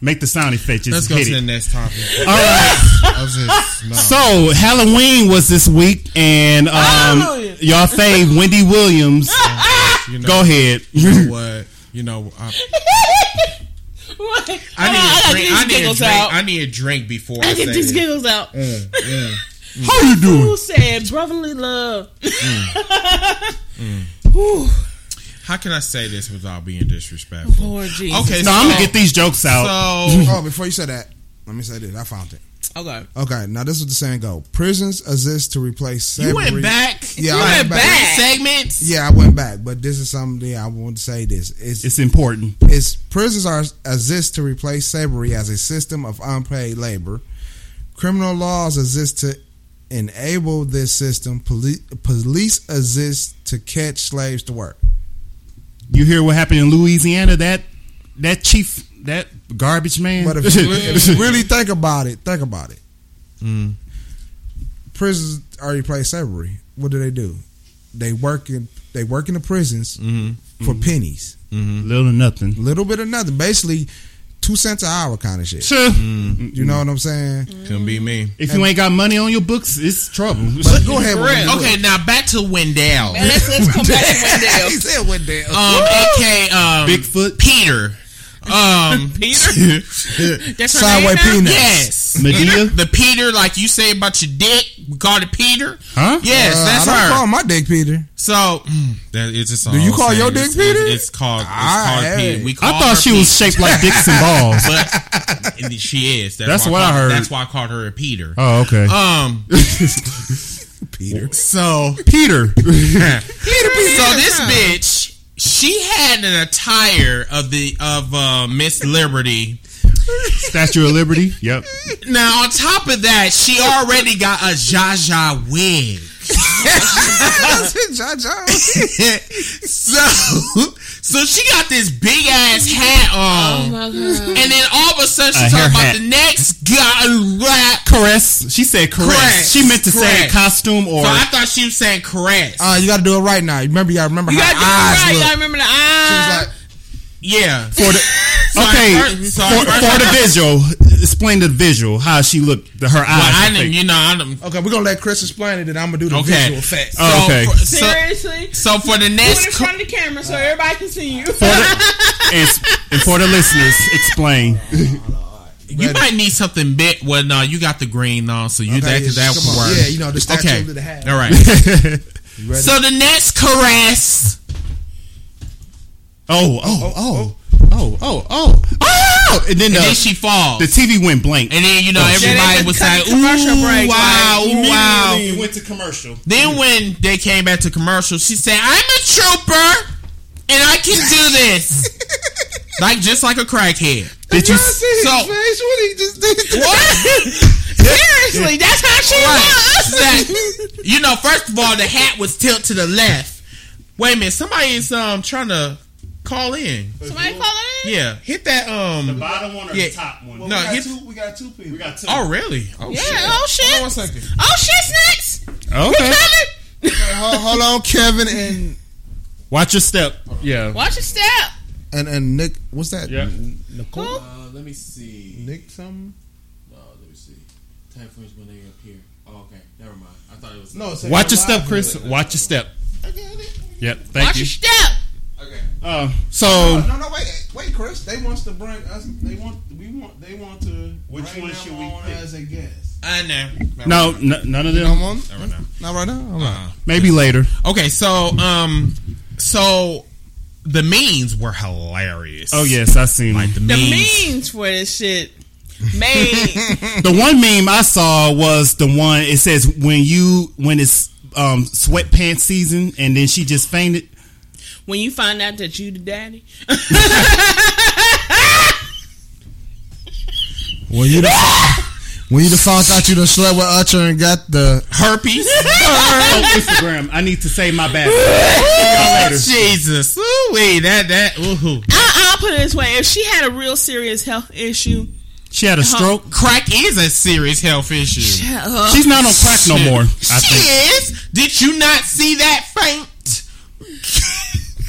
A: Make the sound effect. Just
C: Let's go
A: hit
C: to the
A: it.
C: next topic.
A: All right.
E: I was just, no.
A: So Halloween was this week, and um,
D: Hallelujah.
A: y'all fave Wendy Williams.
C: You know,
A: Go ahead.
C: You know what? You know, I,
D: What?
C: I need
D: Hold
C: a
D: on,
C: drink. I need
D: these
C: a
D: giggles
C: drink.
D: out.
C: I Mm. need a drink before I,
D: I
C: say
D: get these
C: this.
D: giggles out.
A: How you
D: Who
A: doing?
D: said brotherly love? Whew,
C: How can I say this without being disrespectful?
D: Lord Jesus.
C: Okay,
A: No, I'm gonna get these jokes out.
C: so
E: Oh, before you said that, let me say this. I found it.
D: Okay.
E: Okay, now this is what the saying go. Prisons exist to replace slavery.
C: you went back.
E: Yeah,
C: you
E: I
C: went
E: went
C: back.
D: back.
C: Segments.
E: Yeah, I went back, but this is something yeah, I want to say. This it's
A: It's important.
E: It's prisons are exist to replace slavery as a system of unpaid labor. Criminal laws exist to enable this system. Police, police exist to catch slaves to work.
A: You hear what happened in Louisiana? That that chief, that garbage man.
E: But if you, if you really think about it, think about it. Prisons already play slavery. What do they do? They work in they work in the prisons for pennies,
A: Little or nothing.
E: little bit of nothing, basically two cents an hour kind of shit.
A: Sure.
E: You know what I'm saying?
C: Couldn't be me.
A: If you ain't got money on your books, it's trouble.
E: But go ahead. With what you
C: Okay, now back to Wendell.
D: And let's, let's come back to
E: doing.
D: Wendell.
E: he said what the hell?
C: Um, aka um,
A: Bigfoot.
C: Peter. Um,
D: Peter? That's her
E: Sideway
D: name now?
E: peanuts.
C: yes,
A: Medea?
C: Peter, the Peter, like you say about your dick, we call it Peter.
A: Huh?
C: Yes,
E: Uh,
C: that's
E: I don't
C: her.
E: call my dick Peter.
C: so mm, that it's just.
E: Do you call your dick
C: it's,
E: Peter?
C: It's, it's called. It's
E: Ah,
C: called
E: hey.
C: Peter. We call
A: I thought
C: her
A: she was shaped like dicks and balls.
C: Peter, but she is. That's,
A: That's
C: why
A: what I
C: called-
A: heard.
C: That's why I called her a Peter.
A: Oh, okay.
C: Um,
E: Peter.
C: so
A: Peter.
C: So this bitch, she had an attire of the of uh, Miss Liberty.
A: Statue of Liberty. Yep.
C: Now on top of that, she already got a Zsa Zsa wig.
E: John Jones.
C: so so she got this big ass hat
D: Oh
C: on.
D: my god.
C: and then all of a sudden
A: A
C: she's talking
A: hair
C: about
A: hat.
C: the next guy rap.
A: Caress. She said caress.
C: Caress.
A: She meant to say
C: Caress.
A: costume or
C: So I thought she was saying caress.
E: Uh, you got to do it right now. Remember, y'all remember
D: You
E: how
D: gotta do it
E: eyes
D: right. You
E: look.
D: gotta remember the eyes.
C: yeah.
A: for the.
C: I
A: Okay,
C: first- so I
A: for,
C: first-
A: for the visual, explain the visual how she looked, her eyes.
C: Well,
A: I
C: I didn't,
A: think.
C: you know, I didn't.
E: Okay, we're gonna let Chris explain it, and I'm gonna do the
C: Okay.
E: visual effects.
A: Oh, okay.
C: for- So, Uh,
D: Seriously?
C: so for the
D: Do it in
C: next
D: front of the camera so everybody can see you.
A: For the- and, and for the listeners, explain.
C: You might need something big. Well, no, you got the green on, so you that
E: it's-
C: that
E: come
C: would
E: on.
C: work.
E: Yeah, you know, the statue
C: okay.
E: of the hat.
C: All right.
E: ready?
C: so the next caress.
A: Oh, oh, oh, oh, oh, oh, oh! And then the,
C: And then she falls.
A: the TV went blank.
C: and then you know
A: Oh, shit.
D: Yeah,
C: everybody
D: they
C: was
D: cut
C: like,
D: the
C: "Ooh,
D: commercial break,
C: wow,
D: like,
C: ooh, wow."
A: it went to commercial.
C: Then when they came back to commercial, she said, "I'm a trooper, and I can do this." like just like a crackhead.
A: Did you?
C: So
E: what he just did?
C: what?
D: Seriously, that's how she
C: Right.
D: was.
C: That- you know, first of all, the hat was tilted to the left. Wait a minute, somebody is um trying to call in.
D: Somebody call it in?
C: Yeah, hit that um.
A: bottom one or
C: Yeah. top
A: one?
C: No, hit.
E: we got two people.
A: We got two.
C: Oh really? Oh
D: Yeah, oh shit.
E: One second.
D: Oh shit, Snacks.
A: Okay.
E: hold, hold on, Kevin and
A: Watch your step. Yeah.
D: Watch your step.
E: and and Nick. What's that?
A: Yeah.
D: Cool.
B: Uh, let me see.
E: Nick something?
B: No, let me see. Time frames when they appear. Oh, okay. Never mind. I thought it was.
E: No, it's
A: Watch your step, Chris. Watch your step.
E: I got it.
A: Yep.
D: Watch
A: Thank
D: your
A: you.
D: step.
B: Okay.
A: Uh, so
E: No, no, wait, wait, Chris. They wants to bring us. They want. We want. They want to.
B: Which
E: bring
B: one
E: them
B: should we
E: on
B: pick?
E: As a guest.
C: I know.
A: no, n- none of
E: Come
A: them.
E: on.
C: Never Uh, know.
E: Not right now. All right.
A: Maybe later.
C: Okay, so um, so the memes were hilarious.
A: Oh yes, I seen
C: like
A: it.
C: the
D: The
C: memes.
D: means for this shit made
A: The one meme I saw was the one. It says when you when it's um, sweatpants season, and then she just fainted.
D: when you find out that you the daddy.
E: When you done, when you done found out you done slept with Usher and got the
C: herpes.
A: oh, Instagram. I need to say my bad.
C: Jesus, ooh wee, that that ooh.
D: I, I'll put it this way: if she had a real serious health issue,
A: She had a
D: Uh-huh.
A: stroke.
C: Crack is a serious health issue.
D: uh,
A: She's not on crack no more. I
C: She
A: think
C: is. Did you not see that faint?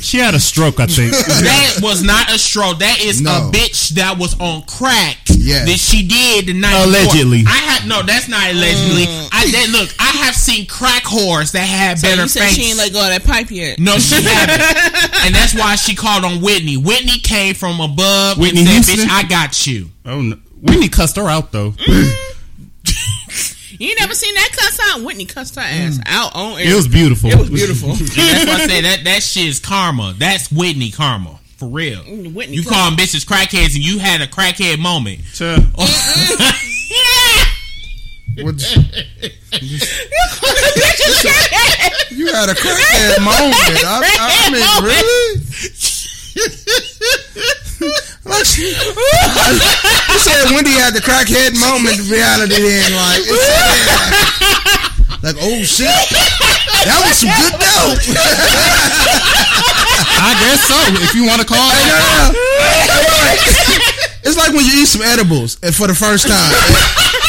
A: she had a stroke. I think.
C: That was not a straw. That is
E: No.
C: a bitch that was on crack
E: Yes.
C: that she did the night before.
A: Allegedly.
C: I had no. That's not allegedly. I that, look. I have seen crack whores that had
D: so
C: better
D: you said
C: face.
D: she ain't let go of that pipe yet.
C: no, she haven't, and that's why she called on Whitney. Whitney came from above.
A: Whitney
C: and said,
A: Houston?
C: "Bitch, I got you."
A: oh no. Whitney cussed her out though.
D: You ain't never seen that cuss out. Whitney cussed her
E: Mm.
D: ass out on air.
A: It was beautiful.
D: It was beautiful.
C: That's why I say that that shit is karma. That's Whitney karma for real.
D: Whitney
C: You
D: cussed-
C: calling bitches crackheads and you had a crackhead moment.
A: Sure.
E: what, you had a crackhead moment. I, I mean, really? Like she, you said Wendy had the crackhead moment. in Reality, then like, it's, like oh shit, that was some good dope.
A: I guess so. If you want to call it.
E: Yeah. it's like when you eat some edibles and for the first time,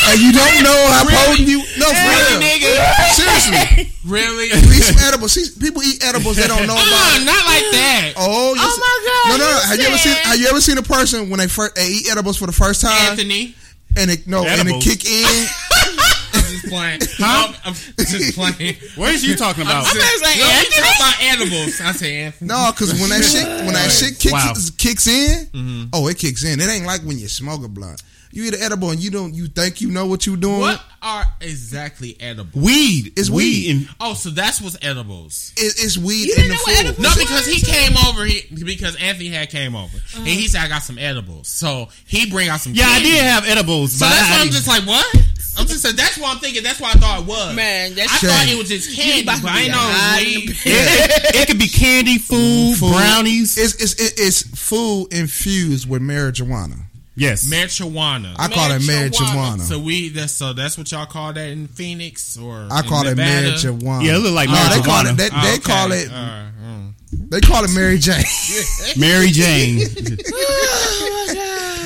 E: and you don't know how potent you. No, for real.
C: nigga.
E: Seriously,
C: Really?
E: you eat some edibles. See, people eat edibles they don't know
C: Uh,
E: about.
C: not like that.
E: Oh, you see-
D: my God,
E: No, no, no.
D: you
E: Have you ever
D: said-
E: seen? Have you ever seen a person when they first they eat edibles for the first time
C: Anthony.
E: and it no
A: Edibles.
E: and it kick in?
C: I'm just playing. I'm, I'm just playing.
A: What is you talking about?
D: just like,
C: no,
D: Anthony?
C: You talk about animals. I say Anthony.
E: No, because when that shit when that shit kicks
A: Wow. Mm-hmm.
E: kicks in, oh, it kicks in. It ain't like when you smoke a blunt. You eat an edible and you don't you think you know what you doing.
C: What are exactly edibles?
A: Weed.
E: It's weed.
A: And
C: Oh, so that's what's edibles.
E: It, it's weed
D: You
E: in the
D: didn't know
E: food.
D: what edibles
C: No, because he came over. He, because Anthony had came over, and he said I got some edibles. So he bring out some.
A: yeah, I
C: candy.
A: did have edibles.
C: So
A: but
C: that's why
A: I
C: I'm
A: didn't-
C: just like, what? I'm just saying that's why I'm thinking. That's why I thought it was.
D: Man, that's
C: I
E: shit.
C: thought it was just candy,
D: about to
C: but I
D: be
C: ain't know.
D: alive
C: it
D: in
C: was
D: the
C: weed.
A: it, it could be candy, food, brownies.
E: It's it's it- it's food infused with marijuana.
A: yes.
C: Marijuana.
E: I call it marijuana.
C: So we that's so that's what y'all call that in Phoenix or
E: I
C: in
E: call it
C: Nevada?
E: marijuana.
A: yeah, it look like
E: No, they call
A: marijuana.
E: it they,
C: Oh,
E: they
C: okay.
E: call it
C: All right, mm.
E: they call it Mary Jane.
A: Mary Jane.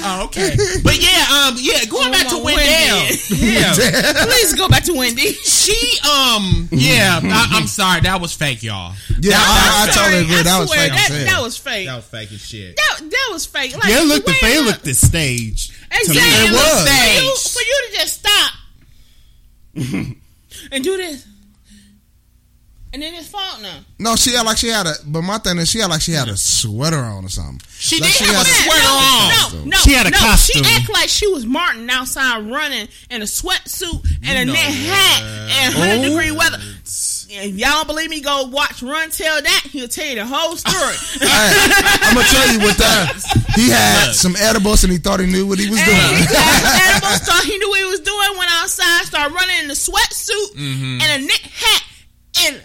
C: Oh, okay. But yeah, um, yeah. Going back to
D: on,
C: Wendell, yeah,
D: Please go back to Wendy.
C: she, um, yeah. I, I'm sorry, that was fake, y'all.
E: yeah, I, I
D: Sorry,
E: totally agree. That was
D: swear,
E: fake. I'm
D: That,
E: saying.
D: that was fake.
C: That was fake as shit.
D: That, that was fake. Like,
A: yeah, look, the
D: where-
A: they looked the stage.
D: Exactly.
A: To me.
E: It was.
D: For you, for you to just stop and do this, and then it's fault now.
E: no, she had like she had a. But my thing is, she had like she had a sweater on or something.
C: She
E: Like,
C: did
E: she
C: have a
E: had a-
C: sweater on.
D: No, no,
A: She had a
D: no.
A: costume.
D: She act like she was Martin outside running in a sweatsuit and a Oh.
C: No.
D: knit hat and 100 degree weather. If y'all don't believe me, go watch Run Tell That. He'll tell you the whole story.
E: I'm gonna tell you what that he had some edibles and he thought he knew what he was
D: And he
E: doing.
D: got animal stuff. He knew what he was doing. Went outside, started running in the sweatsuit
C: Mm-hmm.
D: and a knit hat in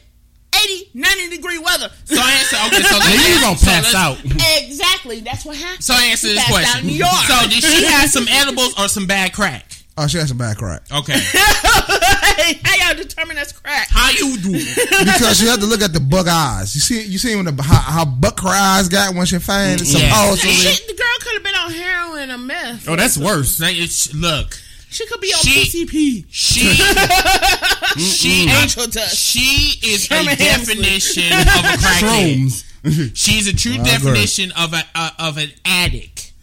D: 80, 90 degree weather.
C: So answer. Okay, so
A: Now
C: let's-
A: you gonna
C: so
A: pass
C: let's-
A: out.
D: Exactly. That's what happened.
C: So answer this
D: Passed out
C: question.
D: in New York.
C: So did she have some edibles or some bad crack?
E: Oh, she had some back crack
C: Okay,
D: How y'all determine that's crack?
C: how you do?
E: because you have to look at the bug eyes. You see, you see when the how, how buck her eyes got when she found it's
C: Yeah.
E: supposedly.
D: Shit, the girl could have been on heroin or meth.
A: Oh, that's worse.
C: Say it's- Look,
D: She could be on
C: She-
D: PCP.
C: she she
A: Mm-hmm.
D: Angel dust.
C: she is a
D: Sherman Hemsley.
C: definition of a crackhead.
A: Shrooms.
C: She's a true
E: I agree.
C: definition of a uh, of an addict.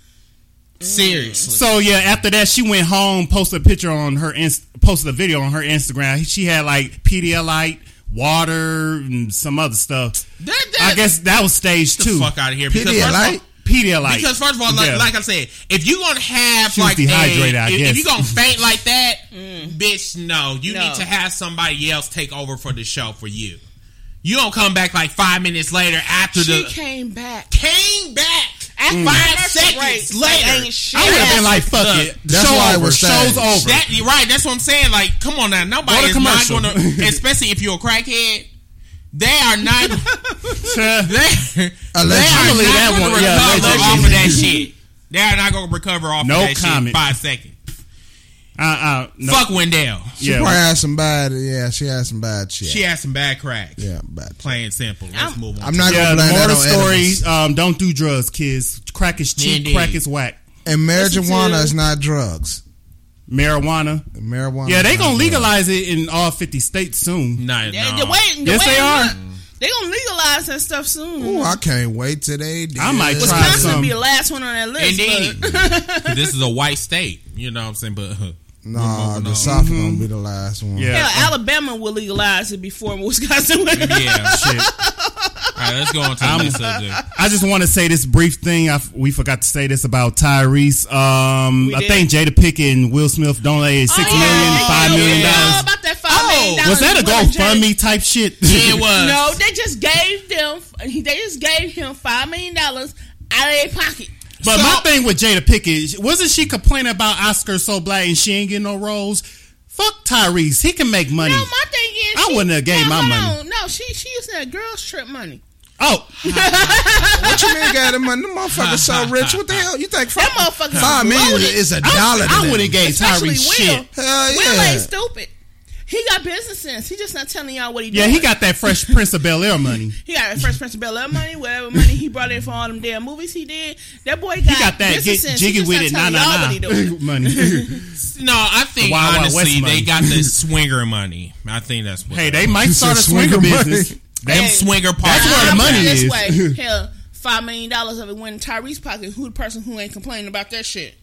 C: Seriously.
A: So yeah, after that, she went home, posted a picture on her, inst- posted a video on her Instagram. She had like Pedialyte, water, and some other stuff.
C: That- that-
A: I guess that was stage
C: Get the
A: two.
C: fuck out of here. Because first, of all,
E: Pedialyte.
A: Pedialyte.
C: because first of all, like,
A: Yeah.
C: like I said, if you're gonna have
A: She was
C: like
A: dehydrated,
C: a,
A: I
C: if,
A: guess.
C: if you're gonna faint like that, bitch, no, you
D: No.
C: need to have somebody else take over for the show for you. You don't come back like five minutes later after
D: She
C: the
D: came back.
C: came back. Five
D: After that's
C: seconds
D: right.
C: later.
D: Like, ain't shit.
A: I would have been like, fuck
C: Look,
A: it.
E: that's
A: Show
E: why
A: over.
E: we're
A: Show's
E: sad.
A: over.
C: That you're right. That's what I'm saying. Like, come on now. Nobody
A: Go to
C: is not
A: commercial.
C: going to, especially if you're a crackhead. They are not.
A: Yeah.
C: they, they are not
E: Allegedly.
A: That
C: going to
A: one, yeah,
C: recover
A: allegedly.
C: off of that shit. They are not going to recover off
A: No
C: of that shit.
A: comment.
C: Five seconds.
A: Uh, uh, no.
C: Fuck Wendell.
E: She
A: Yeah.
E: probably had some bad. Yeah, she had some bad shit.
C: She had some bad crack.
E: yeah, bad.
C: Plain simple. Let's
D: I'm-
C: move on.
E: I'm not
A: Yeah, the
E: gonna blame that
A: moral
E: on
A: story,
E: edibles.
A: um, don't do drugs, kids. Crack is cheap,
C: Indeed.
A: crack is whack.
E: And marijuana
D: to-
E: is not drugs.
A: Marijuana.
E: Marijuana.
A: Yeah, they
E: is not
A: gonna
E: drugs.
A: legalize it in all 50 states soon.
C: Nah,
D: Yeah,
C: no.
D: the way, the
A: Yes,
D: way
A: they
D: it
A: are.
D: look, They gonna legalize that stuff soon.
E: Ooh, I can't wait till they. Do.
A: I might try
D: Wisconsin
A: some.
D: be the last one on that list.
C: Indeed.
D: but-
C: 'Cause this is a white state. You know what I'm saying? But uh,
E: Nah,
C: moving
E: the
C: on.
E: South gonna be the last one.
A: Mm-hmm. Yeah.
D: Hell, Alabama will legalize it before Wisconsin will.
C: yeah.
A: Shit.
C: All right, let's go on to the next subject.
A: I just want to say this brief thing. I f we forgot to say this about Tyrese. Um,
D: We
A: I
D: did. Oh,
A: think Jada Pickett and Will Smith donated six million, five
D: yeah,
A: million
D: yeah.
A: dollars.
D: Oh, about that five million
A: Was
D: dollars
A: that a
D: to Willie James.
A: GoFundMe type shit?
C: Yeah, it was.
D: No, they just gave them. They just gave him five million dollars out of their pocket.
A: But
D: So-
A: my thing with Jada Pickett wasn't she complaining about Oscar so black and she ain't getting no roles? Fuck Tyrese, he can make money.
D: No, my thing is,
A: I wouldn't have gave
D: Now,
A: my
D: hold
A: money.
D: on. No, she she using that girls trip money.
A: oh,
E: What you mean got the money? The motherfucker so rich. What the hell? You think
D: That motherfucker's
E: five million
D: loaded.
E: is a dollar?
A: I,
E: to
A: I would
E: them.
A: have gave
D: Especially
A: Tyrese shit.
D: Will.
E: Hell
D: Will
E: yeah.
D: ain't stupid. He got business sense. He just not telling y'all what he
A: Yeah,
D: doing.
A: he got that Fresh Prince of Bel Air money.
D: He got Fresh Prince of Bel Air money, whatever money he brought in for all them damn movies he did. That boy got,
A: He got that
D: business
A: get
D: sense.
A: jiggy
D: He just
A: with
D: not
A: it, nah
D: telling
A: nah
D: y'all what he doing.
A: nah money.
C: No, I think
A: The Wild Wild
C: honestly
A: West money.
C: they got the swinger money. I think that's what.
A: hey, they might start a
E: Swinger
A: swinger
E: money.
A: business.
C: them
D: Hey,
C: swinger parties.
A: That's where the
D: I'm
A: money
D: putting
A: is.
D: it This way, hell, five million dollars of it went in Tyrese's pocket. Who the person who ain't complaining about that shit?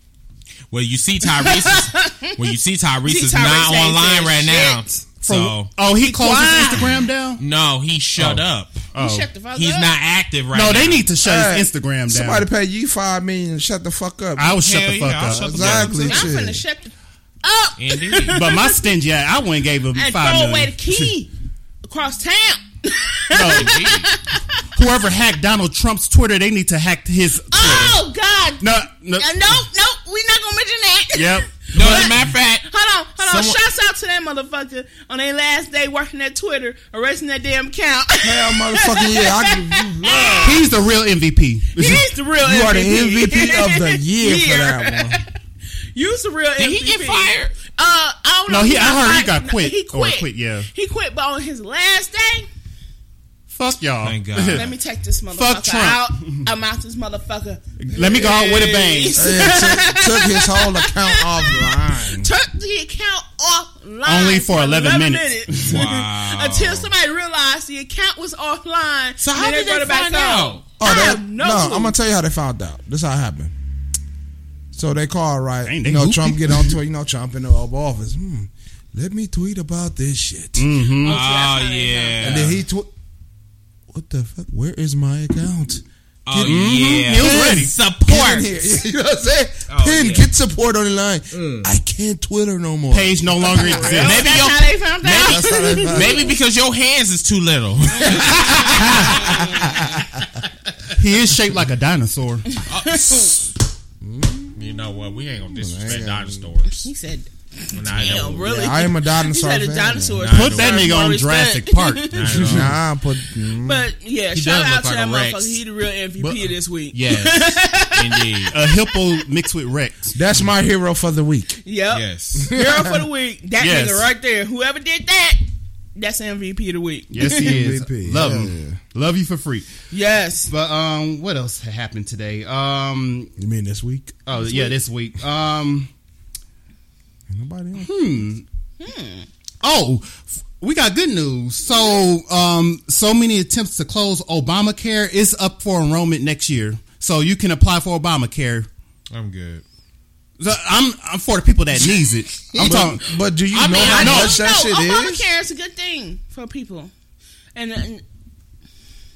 C: Well, you see Tyrese. is- well, you see Tyrese
D: See,
C: is
D: Tyrese
C: not
D: ain't
C: online
D: saying
C: right
D: shit.
C: now.
A: From-
C: So
A: oh, he closed
D: Why?
A: his Instagram down.
C: no, he shut
A: Oh.
C: up.
A: Oh.
D: He shut the fuck
C: He's
D: up.
C: not active right
A: no,
C: now.
A: they need to shut
E: Hey,
A: his Instagram down.
E: Somebody pay you five million. Shut the fuck up.
A: I would shut
C: Hell
A: the
C: yeah,
A: fuck
C: I'll
A: up.
C: shut the fuck up.
E: exactly.
D: I'm
E: shit.
D: finna shut the up
C: Indeed.
A: But my stingy, ass, I wouldn't gave him
D: and
A: five
D: throw
A: million.
D: away the key across town.
C: Indeed.
A: Whoever hacked Donald Trump's Twitter, they need to hack his.
D: Oh God!
A: No, no,
D: Uh, no, no, we're not gonna mention that.
A: yep.
C: No, as a matter of fact,
D: Hold on, hold
C: Someone-
D: on. Shouts out to that motherfucker on their last day working at Twitter, erasing that damn account.
E: Hell, motherfucking yeah! I give you love.
A: He's the real MVP.
D: He's the real
E: You
D: MVP.
E: are the MVP of the year for that one.
D: You's the real
C: did
D: MVP.
C: he get fired?
D: Uh, I don't
A: No,
D: know. if
A: he- I heard he
D: fired.
A: got quit
D: He
A: or
D: quit.
A: quit, yeah.
D: He quit, but on his last day,
A: Fuck y'all.
C: Thank God.
A: Let
D: let
A: me,
D: me take this motherfucker
A: Fuck Trump.
D: out. I'm out this motherfucker.
A: go out with a bang.
E: Yeah, took, took his whole account offline.
D: Took the account offline.
A: Only for 11 minutes.
C: Wow.
D: Until somebody realized the account was offline.
C: So
D: and
C: how did
D: then brought
C: they
D: it back
C: find
D: up.
C: out?
E: Oh,
D: I
E: they-
D: have no
E: no,
D: clue.
E: I'm gonna tell you how they found out. This how it happened. So they call right.
A: Dang, they
E: you know,
A: goofy.
E: Trump get on Twitter. You know, Trump in the Oval Office. Hmm, let me tweet about this shit.
C: Oh
E: And
C: yeah.
E: then he tweet. What the fuck? Where is my account?
C: Oh yeah.
A: He was ready.
E: Get in
C: Support.
E: here. You know what I'm saying?
C: Oh,
E: Pin,
C: yeah.
E: get support on the line. I can't Twitter no more.
A: Page no longer exists.
C: Maybe
D: That's
C: your
D: how they found out.
E: That's how they found
C: Maybe because your hands is too little.
A: He is shaped like a dinosaur.
C: Mm-hmm. you know what? We ain't gonna disrespect dinosaurs.
D: He said,
C: When I know-
D: "Damn, really?
E: I am a
D: He
E: dinosaur.
D: said a
E: fan.
D: dinosaur.
A: Put that nigga on
D: Morris
A: Jurassic
D: Dent.
A: Park.
C: I know.
E: Nah, but mm,
D: But yeah,
C: He
D: shout
C: does look
D: out to
C: like
D: that
C: a Rex.
D: motherfucker. He the real MVP
C: But-
D: this week.
C: Yes, indeed.
A: A hippo mixed with Rex.
E: that's my hero for the week.
D: Yep.
A: Mm-hmm.
C: Yes,
D: Hero for the week. That
A: Yes.
D: nigga right there. Whoever did that, that's the MVP of the week.
A: Yes, he is.
E: MVP,
A: Love
E: hell
A: him. Love you for free.
D: Yes.
A: But um, what else happened today? Um,
E: You mean this week?
A: oh yeah, this week. Um.
E: Nobody else.
A: Oh, f- we got good news. So, um, so many attempts to close Obamacare is up for enrollment next year. So you can apply for Obamacare.
C: I'm good.
A: So I'm, I'm for the people that needs it. I'm talking.
E: But do you
A: I
E: know
A: mean,
E: how
A: I
E: much
D: no,
E: that shit is?
D: Obamacare is a good thing for people. And, and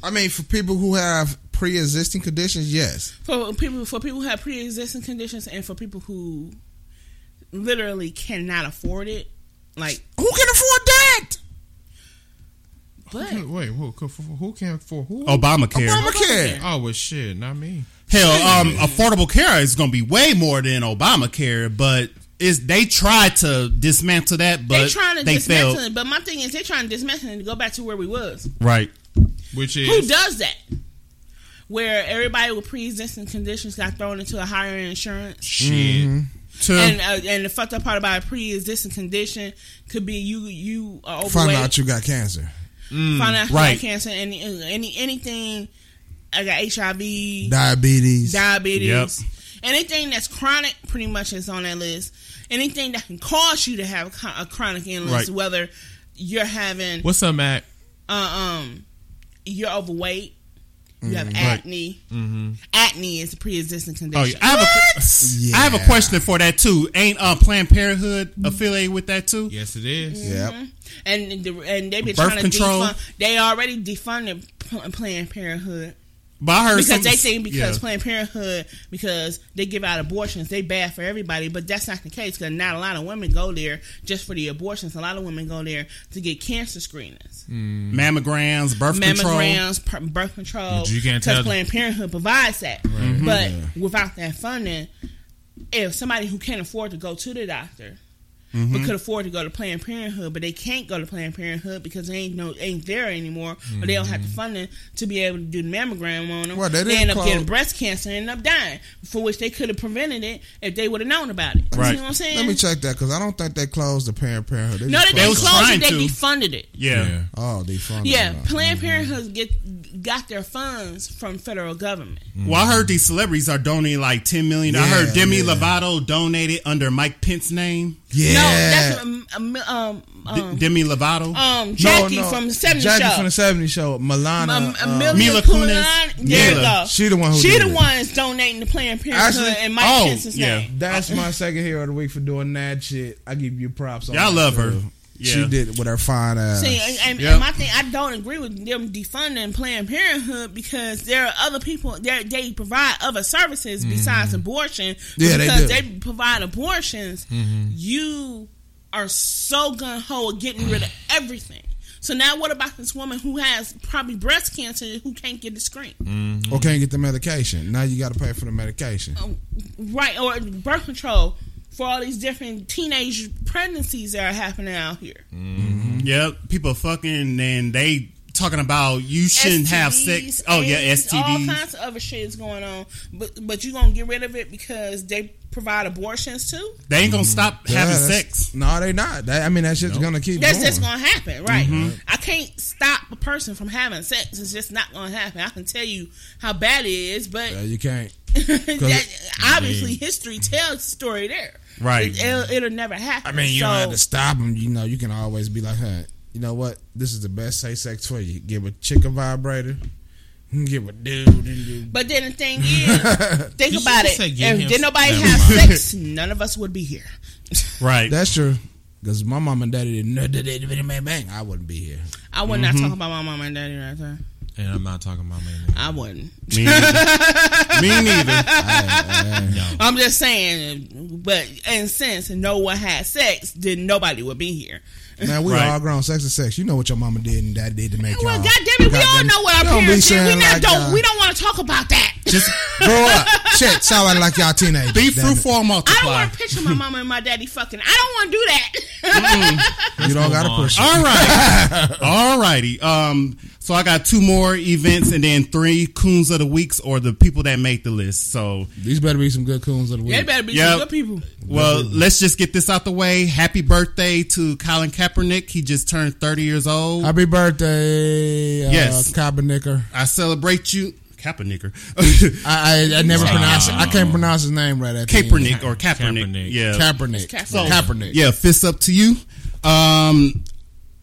E: I mean, for people who have pre-existing conditions, yes.
D: for people for people who have pre existing conditions and for people who literally cannot afford it. Like
E: Who can afford that?
D: But
C: Wait, who, who can for who?
E: Oh,
A: Obamacare.
E: Obamacare.
C: Oh well, shit, not me.
A: Hell, um, affordable care is going to be way more than Obamacare, but it's, they tried to dismantle that, but
D: they
A: they,
D: trying to dismantle
A: failed.
D: it. But my thing is, they trying to dismantle it and go back to where we was.
A: Right.
C: Which
D: Who
C: is
D: does that? Where everybody with pre-existing conditions got thrown into a higher insurance.
C: shit.
E: Mm-hmm.
A: To,
D: And uh, and the fucked up part about a pre-existing condition could be you you are overweight,
E: Find out you got cancer.
D: find out you
A: right.
D: got cancer, and any anything. I got HIV.
E: Diabetes.
D: diabetes,
A: Yep.
D: anything that's chronic, pretty much is on that list. Anything that can cause you to have a chron- a chronic illness,
A: Right.
D: whether you're having
C: What's up, Matt?
D: uh, um, you're overweight, you have acne. Acne is a pre-existing
A: Mm-hmm. oh,
D: condition.
A: yeah. I, have a, I have a
E: Yeah.
A: question for that too. Ain't uh, Planned Parenthood affiliated with that too?
C: Yes, it is.
E: Yep.
D: Mm-hmm. And the, and they've been
A: Birth
D: trying to
A: control.
D: defund. They already defunded Pl- Planned Parenthood
A: But I heard some-
D: because they think because
A: yeah.
D: Planned Parenthood because they give out abortions they bad for everybody, but that's not the case because not a lot of women go there just for the abortions. A lot of women go there to get cancer screenings,
A: mammograms, birth control.
D: mammograms, per- birth control.
C: But you can't
D: because
C: tell-
D: Planned Parenthood provides that, but without that funding, if somebody who can't afford to go to the doctor. But could afford to go to Planned Parenthood, but they can't go to Planned Parenthood because they ain't no ain't there anymore, or they don't have the funding to be able to do the mammogram on them.
E: Well, they
D: they
E: didn't
D: end up
E: close-
D: getting breast cancer and end up dying, for which they could have prevented it if they would have known about it.
A: Right.
D: You know what I'm saying?
E: Let me check that because I don't think they closed the Parent Parenthood.
D: no,
E: just
D: they didn't
A: was
E: closed it.
D: close
A: trying
D: it. They
A: to.
D: defunded it.
A: Yeah.
E: Oh, they funded.
D: Yeah,
E: it.
D: Planned Parenthood get got their funds from federal government.
A: Well, I heard these celebrities are donating like ten million. I
E: Yeah,
A: heard Demi
E: yeah.
A: Lovato donated under Mike Pence's name.
E: Yeah.
D: No, that's um, um, um,
A: D-
D: um,
A: Demi Lovato.
D: um,
E: No,
D: Jackie
E: no.
D: from the '70s
E: Jackie
D: show.
E: from the 70s show. Milana.
D: um,
E: uh,
D: Mila
A: Mila
D: Kunis.
A: Kunis.
D: There you
A: Yeah.
D: go.
E: She the one who
D: She
E: did
D: the
E: it.
D: one's donating to Planned Parenthood
E: Actually-
D: and Mike
A: oh,
D: Penson's
A: yeah.
D: name.
E: That's my second hero of the week for doing that shit. I give you props. on
A: Y'all
E: that,
A: love her.
E: too.
A: Yeah.
E: She did it with her fine ass.
D: See, and, and,
A: Yep.
D: and my thing, I don't agree with them defunding Planned Parenthood because there are other people there. They provide other services besides abortion.
E: Mm-hmm. Yeah, they
D: because
E: do. Mm-hmm.
D: provide abortions. You are so gun ho at getting rid of everything. So now, what about this woman who has probably breast cancer who can't get the screen?
E: or can't get the medication. Now you got to pay for the medication.
D: Oh. um, right or birth control for all these different teenage pregnancies that are happening out here.
A: yeah, people fucking and they talking about you shouldn't have
D: STDs,
A: sex. Oh yeah,
D: AIDS, All
A: STDs.
D: kinds of other shit is going on, but but you gonna get rid of it because they provide abortions too.
A: They ain't gonna stop
E: Yeah,
A: having
E: that's-
A: sex.
E: No, they not. That, I mean, that shit's gonna keep
D: That's
E: going.
D: just gonna happen, right? I can't stop a person from having sex. It's just not gonna happen. I can tell you how bad it is, but
E: Yeah, you can't.
D: that, obviously history tells the story there.
A: Right.
D: It, will never happen.
E: I mean, you don't
D: So-
E: have to stop them. You know, you can always be like, huh, you know what? This is the best safe sex for you. Give a chick a vibrator. Give a dude. and do-
D: But then the thing is, think
C: you
D: about
C: just
D: it.
C: say give
D: If
C: him
D: did nobody
C: some-
D: have
C: Never
D: sex, none of us would be here.
A: Right.
E: That's true. Because my mom and daddy didn't know that they bang, bang, bang. I wouldn't be here.
D: I would not talk about my mom and daddy right there.
C: And I'm not talking about my
D: I wouldn't.
A: Me neither. Me neither.
D: I'm just saying. But and since no one had sex, then nobody would be here.
E: Man, we
A: Right.
E: all grown. Sex is sex. You know what your mama did and daddy did to make
D: Oh, Well,
E: y'all.
D: goddamn it, we all
E: Goddamn
D: know what our
E: Don't be
D: parents did. We
E: saying
D: not
E: like
D: don't.
E: y'all-
D: We don't want to talk about that.
A: Just
E: Grow up. Shit, sound like, like y'all teenagers.
A: be
E: damn it.
A: fruitful and
D: I don't
A: multiply.
D: want to picture my mama and my daddy fucking. I don't want to do that.
E: You don't
C: move
E: got to
C: on.
E: push it.
A: All right. All righty. Um, so I got two more events and then three coons of the weeks or the people that made the list. So
E: These better be some good coons of the week.
D: they better be
A: Yep.
D: some good people.
A: Well, let's just get this out the way. Happy birthday to Colin Kaepernick. He just turned 30 years old.
E: Happy birthday, uh,
A: Yes.
E: Kaepernicker.
A: I celebrate you. Kaepernicker.
E: I, I, I never pronounce it. I can't pronounce his name right at the end.
A: Kaepernick or Kaepernick.
C: Kaepernick.
A: Yeah.
E: Kaepernick.
D: Kaepernick.
E: So, Kaepernick.
A: Yeah, fists up to you. Um,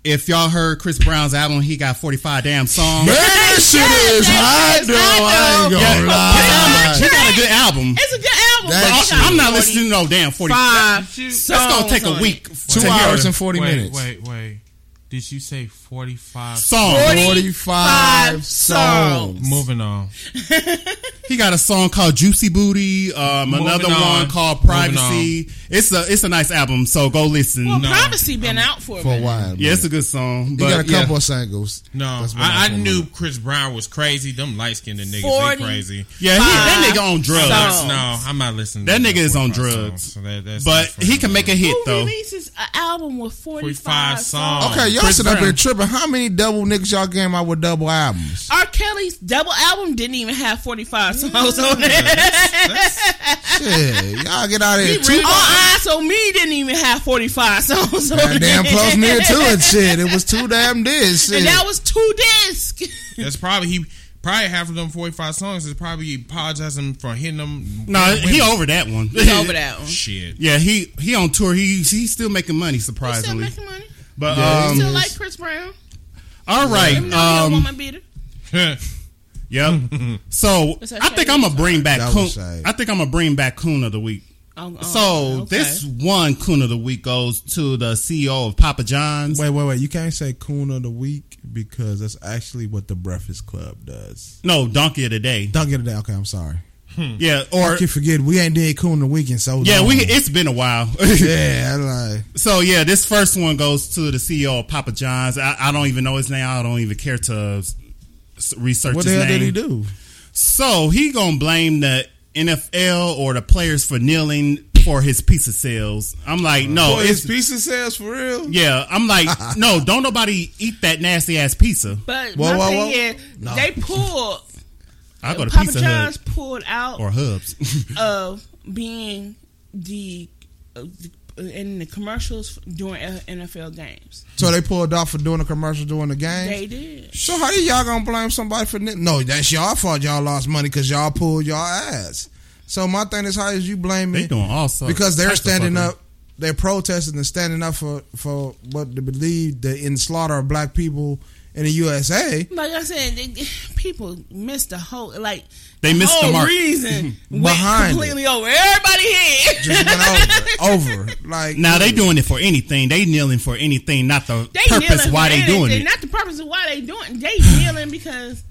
A: if y'all heard Chris Brown's album, he got 45 damn songs.
E: Man, that shit is hot, though. I ain't
A: Yeah,
E: gonna lie.
A: he got a good album.
D: It's a good album.
E: That
D: but
E: shit-
D: also-
A: I'm not listening to no damn 45.
D: Five
A: That's going to
D: songs
A: take
D: on
A: a
D: it.
A: week
E: Two
A: to
E: hours
A: hear
E: and 40
C: wait,
E: minutes.
C: Wait, wait. Did you say 45?
A: songs.
E: 45
D: songs.
E: songs.
C: Moving on.
A: He got a song called Juicy Booty. Um,
C: Moving
A: another
C: on.
A: one called
C: Moving
A: Privacy. It's a it's a nice album. So go listen.
D: Well,
A: No.
D: privacy been out for a
E: for a
D: minute.
E: while.
A: Yeah, it's
E: man.
A: a good song.
E: he
A: But
E: got a
A: yeah.
E: couple of singles.
C: No,
E: That's what
C: I, I
E: I'm talking
C: knew
E: about.
C: Chris Brown was crazy. Them light skinned niggas
D: Forty.
C: they crazy.
A: Yeah, he, that nigga on drugs.
D: So-
C: No, I'm not listening.
A: That
C: to
A: nigga is
C: four
A: on
C: or five
A: drugs.
C: songs, so that- that's
A: But
C: that's
A: he can make a hit
D: Who
A: though.
D: releases an album with 45,
C: 45
D: songs?
C: songs.
E: Okay, y'all
A: Chris
E: sit up
A: Brown.
E: here tripping. How many double niggas y'all came out with double albums?
D: R. Kelly's double album didn't even have 45 songs on it.
E: Shit, y'all get out of here. Two
D: All Eyes on Me didn't even have 45 songs on it.
E: damn close near to it. Shit, it was too damn this. Shit.
D: And that was two discs.
C: That's probably he. Probably half of them 45 songs is probably apologizing for hitting them.
A: No, he over that one.
D: He's over that one.
C: Shit.
A: Yeah, he he on tour. He he's still making money
D: He's still
A: surprisingly.
D: making money.
A: But
D: He still
A: um,
D: like Chris Brown.
A: all
D: Even though he a
A: right. Um,
D: woman beater.
A: yep. So
D: It's a
A: I think
D: shame.
A: I'm gonna bring back.
E: That
A: Coon,
E: was shade.
A: I think I'm gonna bring back Coon of the week.
D: Oh, oh,
A: So
D: okay.
A: this one Coon of the week goes to the CEO of Papa John's.
G: Wait, wait, wait. You can't say coon of the week because that's actually what the Breakfast Club does.
A: No, Donkey of the Day.
G: Don't get it out. Okay, I'm sorry. Hmm.
A: Yeah, or
G: I can forget we ain't did coon of the week in so
A: Er, yeah,
G: long.
A: we. It's been a while.
G: Yeah, like
A: so yeah, this first one goes to the CEO of Papa John's. I, I don't even know his name. I don't even care to s- s- research
G: what the
A: his
G: hell
A: name.
G: did he do?
A: So he gonna blame the NFL or the players for kneeling for his pizza sales. I'm like, no,
G: Oh,
A: it's
G: his pizza sales for real?
A: yeah. I'm like, no, don't nobody eat that nasty ass pizza.
D: But
G: Whoa,
D: my
G: whoa,
D: thing
G: whoa.
D: is, they pulled,
A: I go to
D: Papa
A: Pizza
D: John's
A: Hut
D: pulled out
A: or Hubs.
D: of being the, uh, the in the commercials during L- NFL games.
E: so they pulled off for doing a commercial during the game.
D: They did.
E: so how do y'all gonna blame somebody for ni- no? That's y'all fault. Y'all lost money because y'all pulled y'all ass. So my thing is, how is you
A: they
E: blaming?
A: doing all sorts
E: because they're
A: types of
E: standing
A: fuckery.
E: up, they're protesting and standing up for for what they believe the in slaughter of black people in the USA.
D: Like I said, they, they- people missed the whole like
A: They missed the
D: whole
A: mark.
D: reason went
E: Behind it.
D: completely over everybody head.
E: Just went
A: Oh,
E: over, over. Like
A: Now they doing it for anything. They kneeling for anything, not the
D: They
A: purpose
D: kneeling
A: why
D: for
A: they doing
D: anything,
A: it.
D: Not the purpose of why they doing. They kneeling because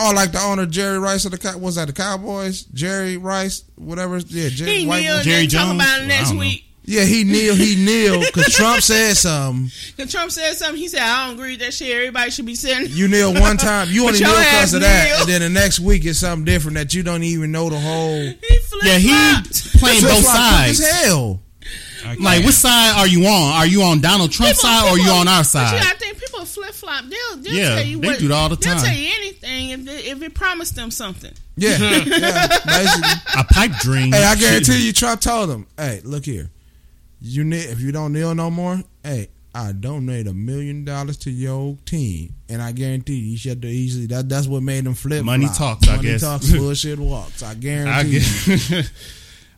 E: Oh, like the owner Jerry Rice of the Cow- was that the Cowboys? Jerry Rice, whatever. Yeah, Jerry
D: he
E: White.
D: kneeled.
A: Jerry
D: They talk
A: Jones?
D: about it
A: Well, I
D: next
A: don't know.
D: week.
E: Yeah, he kneel, he kneel because Trump said something.
D: Cause Trump said something. He said, "I don't agree with that shit. Everybody should be sitting."
E: You kneel one time, you
D: But
E: only kneel
D: your
E: because
D: ass
E: of that,
D: kneel.
E: and then the next week it's something different that you don't even know the whole.
D: He flipped.
A: Yeah, he playing
E: That's
A: both
E: why I'm quick as
A: sides.
E: hell.
A: Like, which side are you on? Are you on Donald Trump's side or are you on our side?
D: But you gotta think people flip flop. They'll, they'll
A: Yeah,
D: tell you
A: they
D: what,
A: do that all the
D: They'll
A: time.
D: tell you anything if, they, if it promised them something.
E: Yeah, yeah, basically.
A: A pipe dream.
E: Hey, I guarantee you, Trump told him, "Hey, look here, you kneel, if you don't kneel no more, hey, I donate a million dollars to your team, and I guarantee you, you should do easily. That that's what made them flip.
A: Money
E: flop.
A: talks, I
E: Money
A: guess.
E: talks, bullshit walks. I guarantee.
A: I,
E: you.
A: get,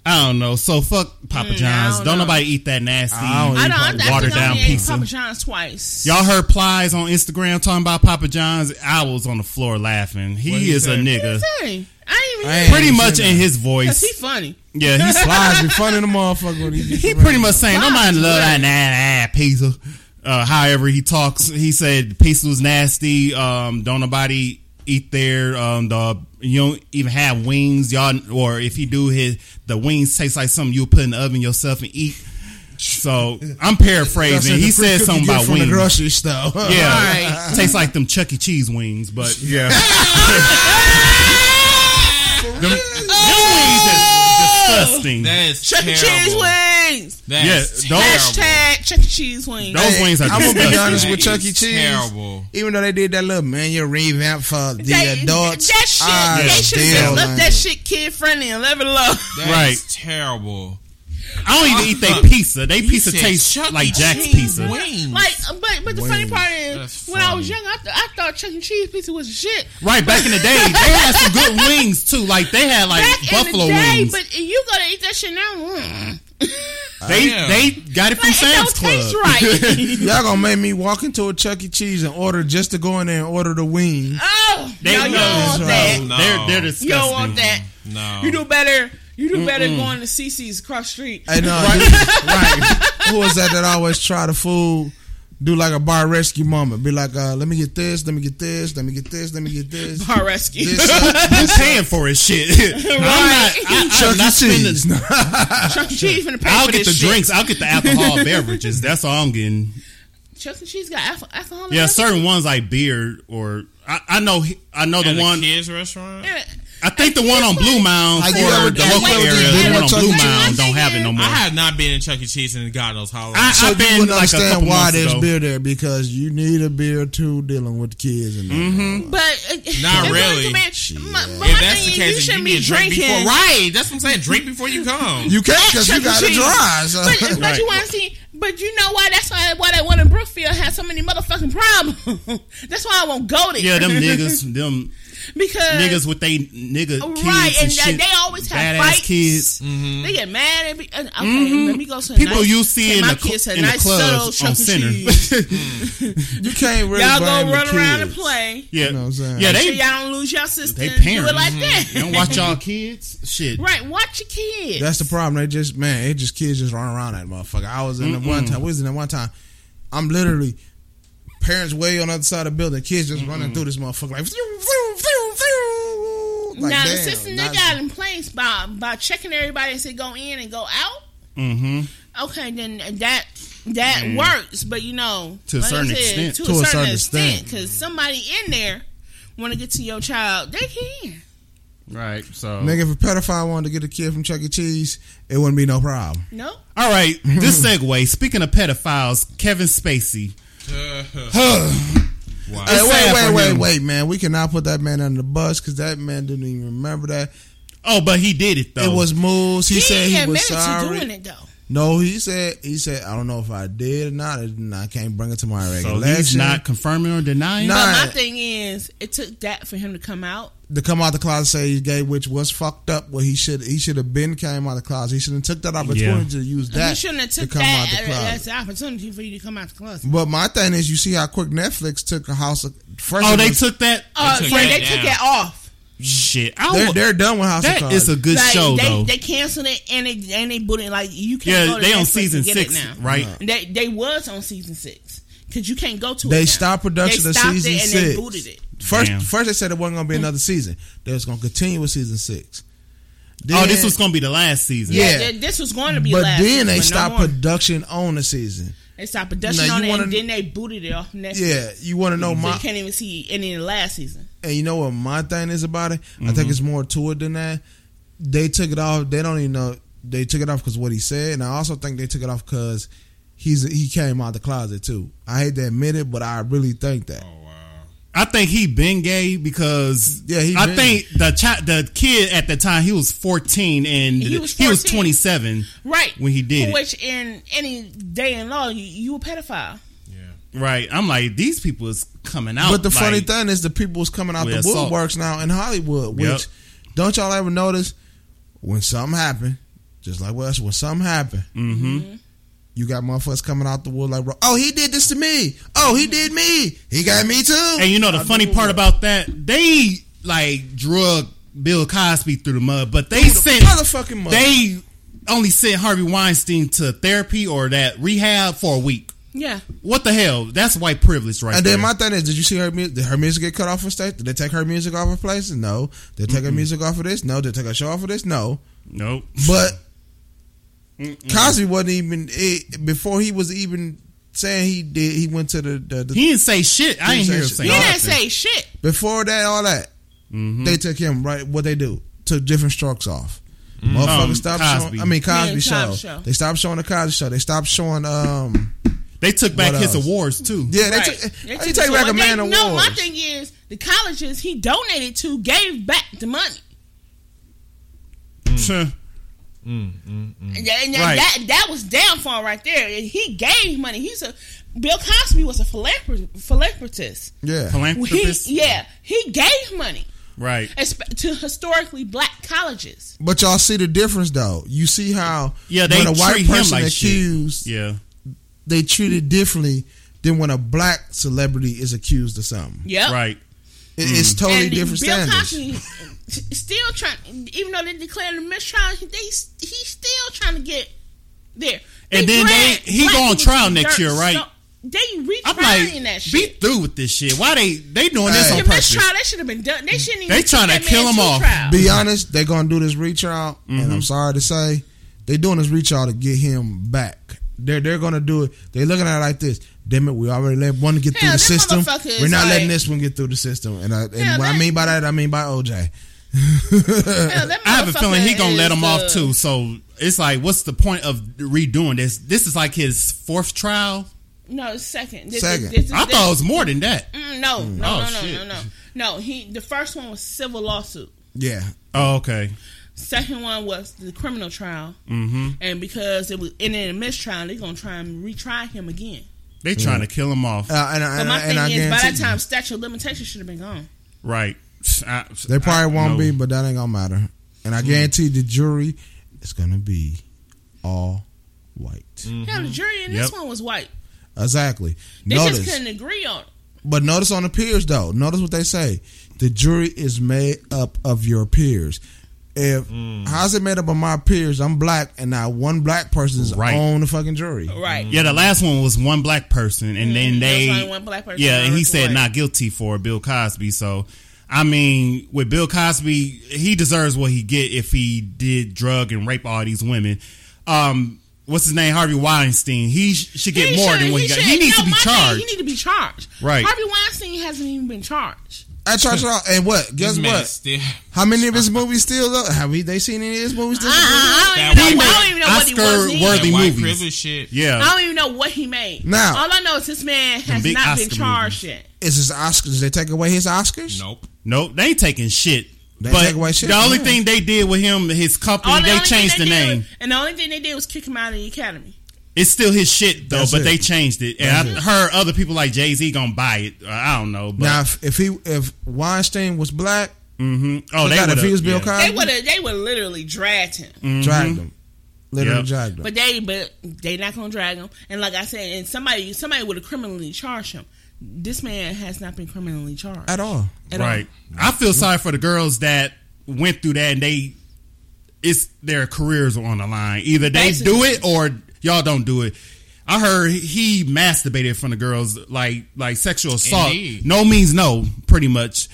A: I don't know. So fuck Papa
D: Mm,
A: John's.
D: I don't
A: Don't,
D: know.
A: nobody eat that nasty
E: I don't
D: I don't. I think
A: watered
D: I
A: down
D: only ate
A: pizza.
D: Papa John's twice.
A: Y'all heard Plies on Instagram talking about Papa John's. I was on the floor laughing. He
C: he
A: is a
C: say?
A: nigga.
D: Dang, I ain't even.
E: Hey,
A: Pretty
E: you
A: much
E: seen
A: in his
D: Cause
A: voice.
D: he funny.
A: Yeah, he's
E: Lies be funny the motherfucker when he gets
A: he
E: around.
A: pretty much saying
D: Plies
A: nobody
D: is
A: love that
D: great.
A: nah, nah, pizza. Uh, however, he talks. He said pizza was nasty. Um, don't nobody eat there. Um, the you don't even have wings, y'all. Or if you do, his the wings taste like something you put in the oven yourself and eat. So I'm
E: That's
A: paraphrasing.
E: the
A: He
E: free
A: said
E: cookie
A: something
E: you get
A: about
E: from the
A: wings.
E: grocery store.
A: Yeah,
D: Right.
A: tastes like them Chuck E. Cheese wings, but yeah. them, them wings
E: Oh!
A: is disgusting.
C: That is
D: Oh! Chuck
C: terrible.
D: E. Cheese wings.
C: That's
A: Yeah, those-
C: terrible.
D: Hashtag Chuck E. Cheese wings.
A: Those wings are
E: I'm gonna be
A: disgusting.
E: honest
C: That
E: with Chuck E.
C: is
E: Cheese.
C: terrible.
E: Even though they did that little menu revamp for the
D: They-
E: adults,
D: That shit.
E: I
D: they should
E: still
D: have left
E: ain't.
D: that shit kid friendly and level up.
C: That's
A: Right.
C: terrible.
A: I don't even eat their pizza. They pizza
C: said
A: tastes
C: Chuck E.
A: like Jack's
C: Cheese
A: pizza.
C: Wings.
D: Like, but but the funny
E: Wings.
D: part is,
C: That's
D: when I was
C: funny.
D: young, I, th- I thought Chuck E. Cheese pizza was shit.
A: Right back in the day, they had some good wings too. Like they had like
D: Back
A: buffalo
D: in the day,
A: wings.
D: but you gotta eat that shit now. mm.
A: they
C: Yeah.
A: they got it from
D: Like,
A: Sam's
D: it don't
A: Club.
D: taste right.
E: Y'all gonna make me walk into a Chuck E. Cheese and order just to go in there and order the wings.
D: oh,
A: They
D: no, you don't
A: know.
D: want that.
C: No.
A: They're they're
D: You don't want
A: disgusting.
C: No.
D: that. You do better. You do better going to CC's across the street.
E: Hey, no, right. right. Who was that that always try the food? Do like a bar rescue moment. Be like, uh, let me get this, let me get this, let me get this, let me get this.
D: Bar rescue.
E: This, uh,
A: I'm paying for his shit. I'm not. I,
E: Chuck
A: I'm
E: E.
A: not spending.
E: Cheese.
D: Chuck E. Cheese finna pay
A: I'll
D: for
A: get the
D: this shit.
A: drinks. I'll get the alcohol beverages. That's all I'm getting.
D: Chuck E. Cheese got alcohol. alcohol in
A: Yeah,
D: it?
A: certain ones like beer or I, I know he- I know
C: At
A: the
C: a
A: one.
C: kids restaurant.
D: Yeah.
A: I think the one on Blue Mound
E: I
A: or
E: get it with
A: the
E: that.
A: local
E: Wait,
A: area.
E: wait,
A: The one on
E: wait,
A: Blue
E: wait,
A: Mound don't have it no more.
C: I have not been in Chuck E. Cheese and got those
A: I-
C: holidays.
E: So
A: I've
E: you
A: been
E: wouldn't
A: like a
E: understand
A: couple
E: why
A: months
E: there's
A: ago.
E: beer there because you need a beer too dealing with kids and
A: Mm-hmm.
D: But uh,
C: Not
D: it
C: really.
D: come at- My, my
C: If that's the
D: thing is,
C: case,
D: you
C: then
D: shouldn't
C: you
D: be
C: need to drink
D: drinking.
C: before. Right, that's what I'm saying. Drink before you come.
E: you can't because you
D: Chuck E.
E: got to
D: Cheese.
E: drive. So.
D: But, but
A: Right.
D: you want to see, but you know why? That's why why that one in Brookfield has so many motherfucking problems. that's why I won't go there.
A: Yeah, them niggas, them
D: because
A: niggas with they nigga kids
D: Oh, right, and,
A: shit.
D: they always have
A: Badass
D: fights.
A: kids. Mm-hmm.
D: They get mad at me. and- Okay, let me go to a
A: People
D: nice,
A: you see
D: take
A: in
D: my
A: the, cl-
D: kids to a
A: in the
D: nice subtle
A: clubs
D: Chuck
A: on
D: E.
A: center.
D: Cheese.
E: you can't really
D: Y'all
E: blame
D: go
E: the
D: run around and
E: kids.
D: play.
A: yeah,
E: You know what I'm saying?
A: yeah,
D: Sure
A: they
D: y'all don't lose y'all sister.
A: they
D: and Do
A: parents. Mm-hmm.
D: it like that.
A: Don't watch y'all kids. Shit.
D: Right, watch your kids.
E: That's the problem. They just man, it just kids just run around that motherfucker. I was in the one time. We was in the one time. I'm literally parents way on the other side of the building. Kids just running through this motherfucker like. phew, phew, phew, phew. Like,
D: now the
E: damn,
D: system
E: not-
D: they got in place by by checking everybody and say go in and go out.
A: Mm-hmm.
D: Okay, then that that works, but you know,
A: To a
D: like I
A: certain extent.
D: to,
E: To
D: a certain,
E: extent.
D: extent, because somebody in there want to get to your child, they can.
A: Right. So.
E: Nigga, if a pedophile wanted to get a kid from Chuck E. Cheese, it wouldn't be no problem.
D: Nope.
A: All right. This segue. Speaking of pedophiles, Kevin Spacey.
C: wow.
E: Hey, wait,
A: sad
E: wait,
A: for
E: wait,
A: him.
E: wait, man. We cannot put that man under the bus because that man didn't even remember that.
A: Oh, but he did it though.
E: It was moves. He,
D: He,
E: said he
D: admitted
E: was
D: to
E: sorry.
D: doing it though.
E: No, he said he said I don't know if I did or not. and I can't bring it to my
A: So
E: recollection.
A: he's not confirming or denying.
E: Nah.
D: But my
E: Alright.
D: thing is, it took that for him to come out.
E: to come out the closet say he's gay, which was fucked up. Well, he should he should have been came out the closet. He should have took that opportunity
A: Yeah.
E: to use
D: That,
E: that
D: you shouldn't have
E: to
D: took
E: come
D: that
E: out the closet.
D: as an opportunity for you to come out the closet.
E: But my thing is, you see how quick Netflix took a house. Of, first
A: Oh,
E: of
A: they
E: all,
A: took that.
D: Oh
C: took
D: yeah,
C: that
D: they
C: down.
D: took it off.
A: Shit. I
E: they're,
A: wa-
E: they're done with House of
A: Oh, that
E: Cards.
A: is a good
D: Like,
A: show
D: they,
A: though.
D: they canceled it and they and they booted like you can't.
A: yeah,
D: go to
A: they on
D: Netflix
A: season
D: and get it
A: six,
D: now.
A: right?
D: They they was on season six because you can't go to it.
E: They
D: now.
E: stopped production
D: They
E: of
D: stopped
E: season
D: it and
E: six.
D: They booted it.
E: First,
A: Damn.
E: first they said it wasn't going to be another season. They was going to continue with season six.
A: oh,
E: Then-
A: this was gonna be the last season.
E: Yeah.
D: Yeah, th- this was going to be.
E: but
D: last
E: then they
D: season, but no
E: stopped
D: more.
E: production on the season.
D: they stopped production
E: Now,
D: on
E: you
D: it,
E: wanna-
D: and then they booted it off Netflix.
E: Yeah, you want to know
D: so
E: my
D: you can't even see any of the last season.
E: and you know what my thing is about it. I
A: Mm-hmm.
E: think it's more to it than that. They took it off. They don't even know they took it off because what he said, and I also think they took it off because he's he came out the closet too. I hate to admit it, but I really think that.
C: Oh, wow.
A: I think he been gay because
E: Yeah, he
A: I
E: been.
A: think the chi- the kid at the time he was fourteen and
D: He was 14.
A: twenty seven
D: Right
A: when he did it.
D: which in any day in law, you, you a pedophile.
C: Yeah.
A: Right? I'm like these people is coming out.
E: but the funny
A: like,
E: thing is, the people is coming out the
A: with assault.
E: woodworks now in Hollywood. Which
A: Yep.
E: don't y'all ever notice when something happened? Just like us, when something happened,
A: Mm-hmm.
E: you got motherfuckers coming out the wood like, "Oh, he did this to me. Oh, he did me. He got me too."
A: and you know the funny part about that they like drug Bill Cosby through the mud, but they
E: the
A: sent
E: motherfucking mud.
A: They only sent Harvey Weinstein to therapy or that rehab for a week.
D: Yeah,
A: What the hell? That's white privilege, right?
E: And
A: there.
E: then my thing is, did you see her? mu- Did her music get cut off of stage? Did they take her music off of places? No. Did they take her music off of this? No. Did they take her show off of this? No.
A: nope.
E: But Cosby wasn't even it, before he was even saying he did. He went to the, the, the
A: He didn't say shit. I
E: He
A: didn't hear him
E: said
A: say
D: he
E: shit.
A: nothing.
D: didn't say shit.
E: before that all that.
A: Mm-hmm.
E: They took him right. What they do took different strokes off. Motherfuckers
A: Um,
E: stopped
A: Cosby.
E: showing. I mean Cosby,
D: Yeah, Cosby
E: show.
D: Show.
E: They stopped showing the Cosby show. They stopped showing. Um.
A: They took back
E: What
A: his
E: else?
A: awards too.
E: Yeah. They
D: Right.
E: took. They
D: They took
E: take
D: it
E: back
D: to-
E: a man
D: they-
E: award.
D: No, my thing is the colleges he donated to gave back the money.
A: Huh.
D: And, that- and that-
A: Right.
D: that that was downfall right there. And He gave money. He's a Bill Cosby was a philanthrop- philanthropist.
E: Yeah.
D: He,
A: Philanthropist.
D: yeah, he gave money
A: Right.
D: espe- to historically black colleges.
E: But y'all see the difference though. You see how
A: Yeah, they
E: when a white
A: treat him
E: person
A: like shit.
E: accused,
A: Yeah.
E: they treat it differently than when a black celebrity is accused of something.
D: Yep.
A: Right.
E: It- It's
A: Mm.
E: totally
D: And
E: different
D: Bill
E: standards.
D: Cosby still trying, even though they declared a mistrial, they he's still trying to get there.
A: And
D: They
A: then
D: dragged
A: they- he
D: black
A: go on
D: people
A: trial
D: through
A: next
D: dirt
A: year, right?
D: so- they
A: I'm
D: retrying
A: like,
D: that shit.
A: be through with this shit. Why they they doing this
E: Hey.
A: on
D: the
A: purpose?
D: first trial that should have been done. They shouldn't. Even
A: They
D: took
A: tryna
D: that man
A: kill 'em
D: to
A: off.
D: trial.
E: Be honest, they're gonna do this retrial, and
A: Mm-hmm.
E: I'm sorry to say, they doing this retrial to get him back. They're they're gonna do it. They're looking at it like this. Damn it, we already let one get through
D: Hell,
E: the
D: this
E: system.
D: motherfucker is
E: We're not letting
D: like-
E: this one get through the system. And, I, and
D: Hell,
E: what I
D: that-
E: mean by that, I mean by OJ.
D: Hell, that
A: I have a
D: motherfucker
A: feeling he gonna let
D: is,
A: him
D: uh,
A: off too. So it's like, what's the point of redoing this? This is like his fourth trial.
D: No, second.
E: Second.
A: I thought it was more than that.
D: Mm, no, no,
A: Oh,
D: no, no,
A: shit.
D: no, no, no. He the first one was civil lawsuit.
E: Yeah,
A: Oh, okay.
D: Second one was the criminal trial, mm-hmm. and because it was in a mistrial, they're gonna try and retry him again.
A: They trying to kill him off.
E: uh, and, I-
D: But
E: and,
D: my
E: I- and I
D: thing is, by
E: guarantee
D: that time, statute of limitations should have been gone.
A: right. I-
E: they probably
A: I-
E: won't
A: no.
E: be, but that ain't gonna matter. And I
D: Mm.
E: guarantee the jury, it's gonna be all white.
D: Hell, the jury in this
A: Mm-hmm. Yep.
D: one was white.
E: Exactly.
D: Mm. They
E: Notice.
D: just couldn't agree on. it.
E: But notice on the peers though. Notice what they say. The jury is made up of your peers. If
D: Mm.
E: how's it made up of my peers? I'm black, and not one black person is
A: Right.
E: on the fucking jury.
D: Right.
A: Yeah, the last one was one black person, and then
D: there Mm, was
A: they
D: only one black person,
A: Yeah,
D: the
A: and he
D: rest
A: said
D: white.
A: not guilty for Bill Cosby. So, I mean, with Bill Cosby, he deserves what he get if he did drug and rape all these women. Um, what's his name? Harvey Weinstein. He sh- should get
D: He
A: more
D: should-
A: than what he, got.
D: should-
A: He needs to
D: no,
A: be
D: my thing,
A: charged.
D: He need to be charged.
A: Right.
D: Harvey Weinstein hasn't even been charged.
E: I charge it all. And what? Guess
C: This man
E: what?
C: is still-
E: How many of his movies still up? Have we, they seen any of his movies?
A: Uh-uh,
E: Still up?
D: I,
C: That
D: I, don't even know,
A: white-
D: I don't even know what he
A: Oscar
D: was. in.
A: worthy-
C: that white
A: movies.
C: privilege shit.
A: yeah,
D: I don't even know what he made.
E: Now-
D: all I know is this man has
A: big
D: not been
A: Oscar
D: charged yet.
E: Is his Oscars? They take away his Oscars?
C: Nope.
A: nope, they ain't taking shit.
E: They
A: but
E: take away shit,
A: the only
E: yeah.
A: thing they did with him, his company,
D: All
A: they
D: Oh, only thing
A: changed the
D: did
A: name.
D: was- and the only thing they did was kick him out of the academy.
A: It's still his shit though,
E: That's
A: but
E: it.
A: they changed it, and I heard other people like Jay Z gonna buy it. Uh, I don't know, but
E: Now, if, if he if Weinstein was black,
A: hmm oh,
E: oh,
A: they
E: if
A: would've-
E: he was Bill
A: yeah. Mm-hmm.
E: Cosby,
D: They would have. They would literally dragged him.
E: dragged him, literally
A: Yep.
E: dragged him.
D: But they, but they not gonna drag him. And like I said, and somebody, somebody would have criminally charged him. This man has not been criminally charged
E: at all. Mm-hmm.
D: at all.
A: right. I feel sorry for the girls that went through that, and they it's their careers are on the line. Either they do
D: Basically.
A: it or y'all don't do it. I heard he masturbated in front of girls like like sexual assault.
C: Indeed.
A: No means no, pretty much.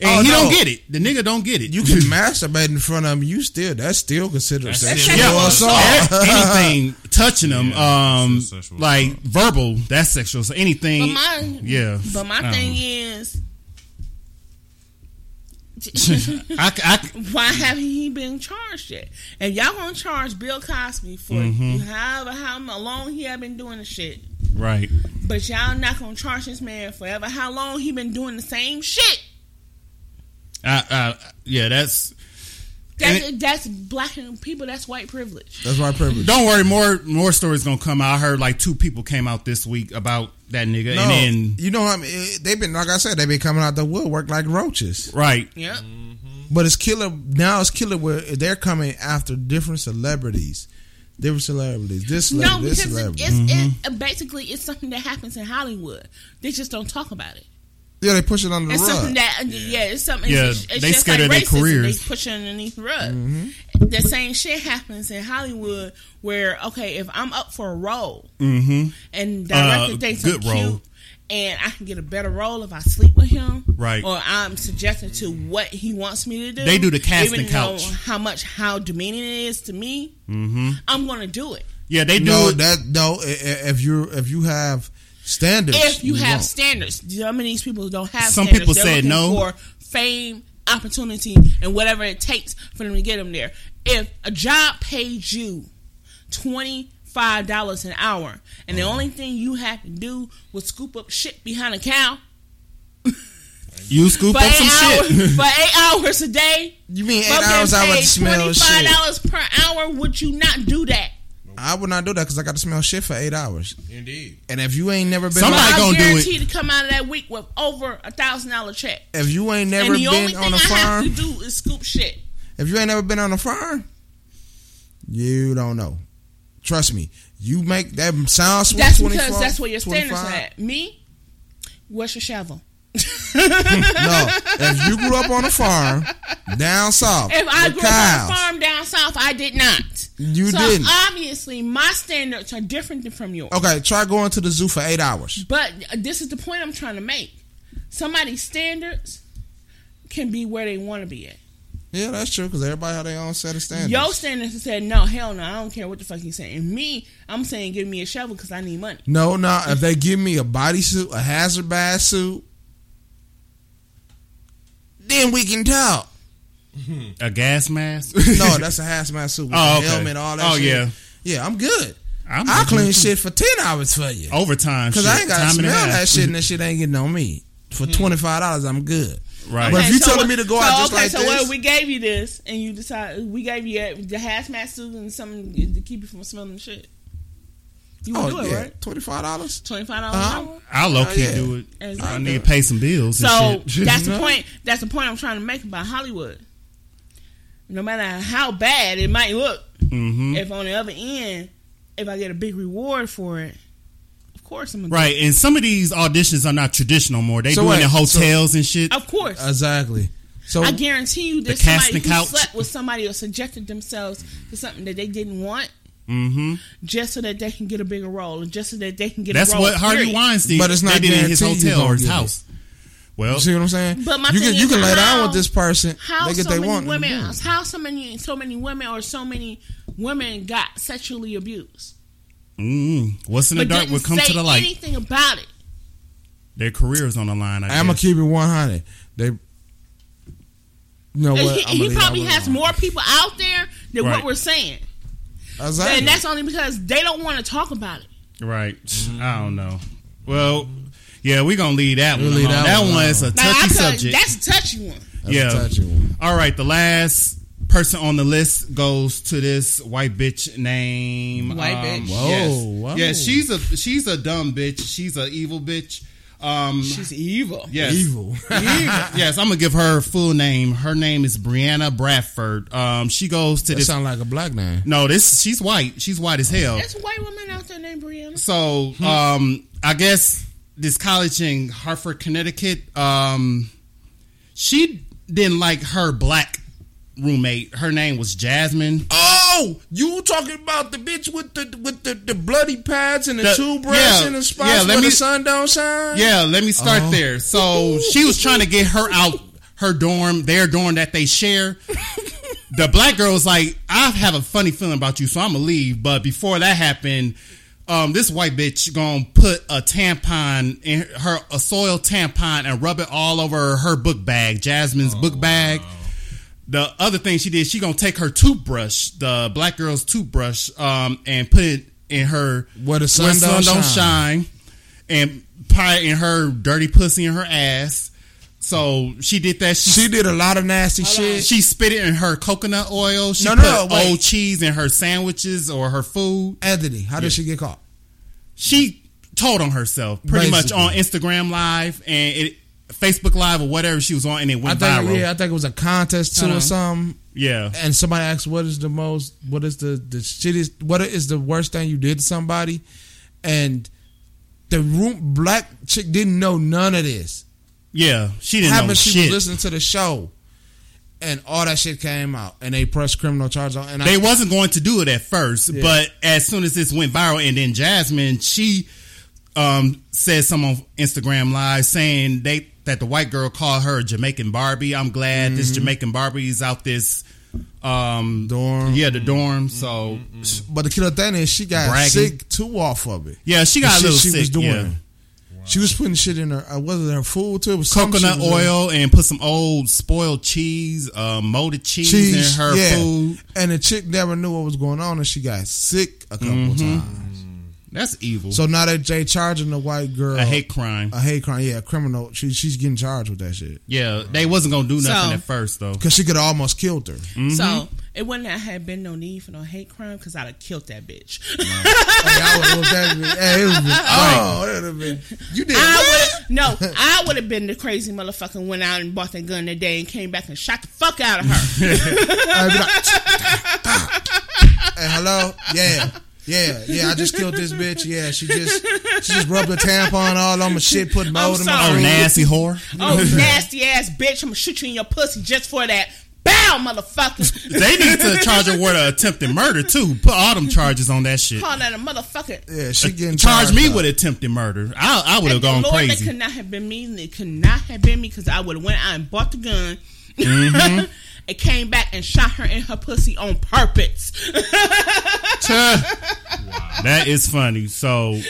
A: And
E: Oh,
A: he
E: no.
A: don't get it. The nigga don't get it.
E: You can masturbate in front of him. You still that's still considered
C: That's
E: sexual
C: still- Yeah.
E: assault.
A: anything touching them,
C: Yeah,
A: um,
C: it's still sexual
A: like verbal, that's sexual. So
D: But
A: anything,
D: my,
A: yeah. Uh,
D: But my
A: I don't
D: thing
A: know.
D: is,
A: I, c- I c-
D: why haven't he been charged yet? If y'all gonna charge Bill Cosby for however how long he have been doing the shit,
A: right.
D: but y'all not gonna charge this man forever how long he been doing the same shit.
A: I, I, yeah, that's
D: That's, that's black and people. That's white privilege.
E: That's my privilege.
A: Don't worry, more more stories gonna come out. I heard like two people came out this week about that nigga,
E: No,
A: and then
E: you know, I mean, it- they've been like I said, they've been coming out the woodwork like roaches.
A: right,
D: Yep.
E: But it's killer now. It's killer where they're coming after different celebrities, different celebrities. This
D: No,
E: celebrity, this
D: because it,
E: celebrity.
D: it's it, basically it's something that happens in Hollywood. They just don't talk about it.
E: yeah, they push it under the
D: It's something
E: rug.
D: that yeah, it's something.
A: Yeah,
D: it's, it's
A: they
D: just
A: scared
D: like
A: of their
D: racism.
A: careers.
D: They push it underneath the rug. The same shit happens in Hollywood where okay, if I'm up for a role and director
A: Mm-hmm. Uh,
D: thinks I'm
A: good
D: cute,
A: role.
D: and I can get a better role if I sleep with him,
A: Right.
D: Or I'm suggested to what he wants me to do.
A: They do the casting
D: even though
A: couch. Mm-hmm.
D: How much how demeaning it is to me, I'm gonna do it.
A: yeah, they do.
E: no,
A: it.
E: that no. i- i- If you if you have standards,
D: if you have
E: won't.
D: standards. Some of these people don't have
A: Some
D: standards.
A: people
D: They're
A: said
D: looking
A: no.
D: for fame, opportunity, and whatever it takes for them to get them there. If a job paid you twenty five dollars an hour, and the only thing you had to do was scoop up shit behind a cow
A: you scoop
D: for
A: up
D: eight
A: some
D: hours
A: shit.
D: for eight hours a day.
E: you mean eight
D: fucking
E: hours, I would
D: paid
E: smell shit.
D: dollars per hour. Would you not do that?
E: I would not do that because I got to smell shit for eight hours.
C: Indeed.
E: And if you ain't never been,
A: Somebody
E: like-
D: I
A: gonna do it.
D: guarantee to come out of that week with over a thousand dollar check.
E: if you ain't never
D: and the only
E: been
D: thing
E: on
D: I
E: a farm,
D: have to do is scoop shit.
E: If you ain't never been on a farm, you don't know. Trust me. You make that sound sweet.
D: That's
E: 24,
D: because that's where your standards
E: 25.
D: are at. Me, where's your shovel?
E: No, if you grew up on a farm down south,
D: If I
E: with
D: grew
E: cows,
D: up on a farm down south, I did not.
E: You
D: so
E: didn't. Oh.
D: Obviously, my standards are different than from yours.
E: Okay, try going to the zoo for eight hours.
D: But this is the point I'm trying to make. Somebody's standards can be where they want to be at.
E: Yeah, that's true because everybody had their own set of standards.
D: Your standards said no, hell no, I don't care what the fuck you saying. And me, I'm saying give me a shovel because I need money.
E: no, no. If they give me a bodysuit, a hazard bath suit, then we can talk.
A: A gas mask.
E: No, that's a hazmat suit with
A: Oh,
E: oh,
A: okay.
E: helmet, all that.
A: Oh,
E: shit.
A: yeah.
E: yeah. I'm good.
A: I'm
E: I'll
A: looking
E: clean
A: at
E: shit for ten hours for
D: Oh,
E: you
A: overtime.
E: because
A: shit,
E: I ain't got
A: time
E: to
A: and a
E: smell
A: half.
E: that shit and that shit ain't getting on me. For
D: Hmm.
E: twenty five dollars, I'm good.
A: Right.
E: But
A: Okay,
E: if you telling me to go
D: so,
E: out just
D: okay,
E: like
D: so
E: this,
D: what, we gave you this, and you decide we gave you a- the hazmat suit and something to keep you from smelling shit. You would
E: oh
D: do it,
E: yeah,
D: right?
E: twenty five dollars.
D: Twenty five dollars.
E: Uh-huh.
D: an hour?
A: I'll low key
E: Oh, yeah.
A: do it. I
D: Exactly.
A: need to pay some bills.
D: So
A: and shit.
D: that's the
E: No.
D: point. That's the point I'm trying to make about Hollywood. No matter how bad it might look,
E: Mm.
A: Mhm.
D: if on the other end, if I get a big reward for it, of course I'm gonna
A: Right, and some of these auditions are not traditional more. They
E: So
A: doing
E: wait,
A: in hotels and shit.
D: Do it. Of course,
E: Exactly. So
D: I guarantee you, there's
A: the
D: somebody
A: casting
D: who
A: couch.
D: slept with somebody or subjected themselves to something that they didn't want,
A: hmm
D: just so that they can get a bigger role, and just so that they can get.
A: That's
D: a role,
A: what Harvey
D: period.
A: Weinstein.
E: But it's not
A: they did in his
E: guaranteed you
A: hotel or
E: gonna
A: his
E: get it.
A: house. Well,
E: you see what I'm saying?
D: But my
E: you
D: thing
E: can
D: is
E: you can lay down
D: how-
E: with this person.
D: how
E: they get
D: so
E: they
D: many
E: want. Mm-hmm. and
D: women
E: do it.
D: how so many so many women or so many women got sexually abused
A: mm, what's in the
D: but
A: dark
D: didn't
A: will come
D: say
A: to the light.
D: anything about it
A: Their careers on the line. I
E: I'm gonna
A: guess.
E: keep it one hundred. They, you know what? I'ma
D: he, he
E: leave that
D: probably
E: one
D: has
E: alone.
D: more people out there than
A: Right.
D: what we're saying
E: Exactly.
D: and that's only because they don't want to talk about it
A: right.
D: Mm-hmm.
A: I don't know. Well, yeah, we're gonna leave that one.
E: leave
A: alone.
E: that
A: That,
E: one
A: one,
E: alone.
A: is a
D: Like, I
A: touchy
D: could-
A: subject.
D: that's a touchy one
E: That's a
A: yeah.
E: touchy one.
A: All right, the last person on the list goes to this white bitch name.
D: White bitch.
A: Whoa, yes.
E: whoa.
A: Yeah, she's a she's a dumb bitch. She's a evil bitch. Um,
D: she's evil
A: yes.
E: Evil.
A: yes, I'm gonna give her full name. Her name is Brianna Bradford. Um, she goes to
E: That
A: this.
E: sound like a black man.
A: no, this she's white. She's white as hell.
D: there's a white woman out there named Brianna
A: So, um, I guess this college in Hartford, Connecticut, um, she didn't like her black roommate. Her name was Jasmine.
E: Oh, you talking about the bitch with the with the, the bloody pads and the,
A: The-
E: toothbrush
A: yeah,
E: and the spots
A: yeah, let
E: where
A: me-
E: the sun don't shine?
A: Yeah, let me start
E: Oh.
A: there. So she was trying to get her out her dorm, their dorm that they share. the black girl was like, I have a funny feeling about you, so I'm gonna leave. But before that happened, um, this white bitch gonna put a tampon in her a soil tampon and rub it all over her book bag, Jasmine's
E: Oh,
A: book bag. The other thing she did, she gonna take her toothbrush, the black girl's toothbrush, um, and put it in her
E: Where the sun don't
A: shine, and pie in her dirty pussy in her ass. So she did that. She
E: She did a lot of nasty shit.
A: she spit it in her coconut oil. She
E: No,
A: put
E: no, wait.
A: old cheese in her sandwiches or her food.
E: Anthony, how did she get caught?
A: She told on herself pretty
E: Basically.
A: much on Instagram Live and it, Facebook Live or whatever she was on, and it
E: I
A: went
E: think
A: viral.
E: yeah, I think it was a contest too or something.
A: yeah.
E: And somebody asked, "What is the most? What is the the shittiest? What is the worst thing you did to somebody?" And the room black chick didn't know none of this.
A: Yeah. She didn't know
E: happened. She
A: shit.
E: was listening to the show, and all that shit came out, and they pressed criminal charges on. And
A: they
E: I,
A: wasn't going to do it at first, but as soon as this went viral, and then Jasmine she um, said some on Instagram Live saying they that the white girl called her a Jamaican Barbie. I'm glad
E: Mm-hmm.
A: this Jamaican Barbie's out this um,
E: Dorm. Mm-hmm.
A: Yeah, the dorm. So
E: but the killer thing is, she got
A: Bragging.
E: sick too off of it.
A: yeah, she got a
E: The
A: little
E: shit she
A: sick.
E: was doing.
A: yeah.
E: She was putting shit in her. Uh, wasn't her food too? It was some
A: Coconut
E: shit was in her
A: oil and put some old spoiled cheese, uh, molded cheese,
E: Cheese,
A: in her
E: yeah.
A: food.
E: And the chick never knew what was going on, and she got sick a couple
A: Mm-hmm.
E: times.
A: That's evil.
E: So uh, now that they charging the white girl,
A: I hate crime.
E: a hate crime. Yeah, criminal. She, she's getting charged with that shit
A: yeah, they wasn't gonna do nothing
D: So-
A: at first though.
E: because she could have almost killed her.
D: so it wouldn't have been no need for no hate crime because I'd have killed that bitch
E: Hey, I would've whooped that bitch. Hey, it would've been- oh, it would have been. You did.
D: I would no, I would have been the crazy motherfucker went out and bought that gun that day and came back and shot the fuck out of her.
E: I'd be like, hey, hello? Yeah. Yeah, yeah, I just killed this bitch. Yeah, she just she just rubbed a tampon all on my shit, put mold in my
D: sorry.
A: Oh,
E: drink.
A: nasty whore.
D: oh nasty ass bitch! I'm gonna shoot you in your pussy just for that. bow, motherfucker.
A: They need to charge her with attempted murder too. Put all them charges on that shit.
D: Call that a motherfucker.
E: Yeah, she getting
A: Charge
E: charged
A: me
E: up.
A: with attempted murder. I, I would have
D: Thank the
A: gone
D: Lord, That
A: crazy.
D: could not have been me. and It could not have been me because I would have went out and bought the gun.
A: Mm-hmm. Mm.
D: and came back and shot her in her pussy on purpose.
A: That is funny. So,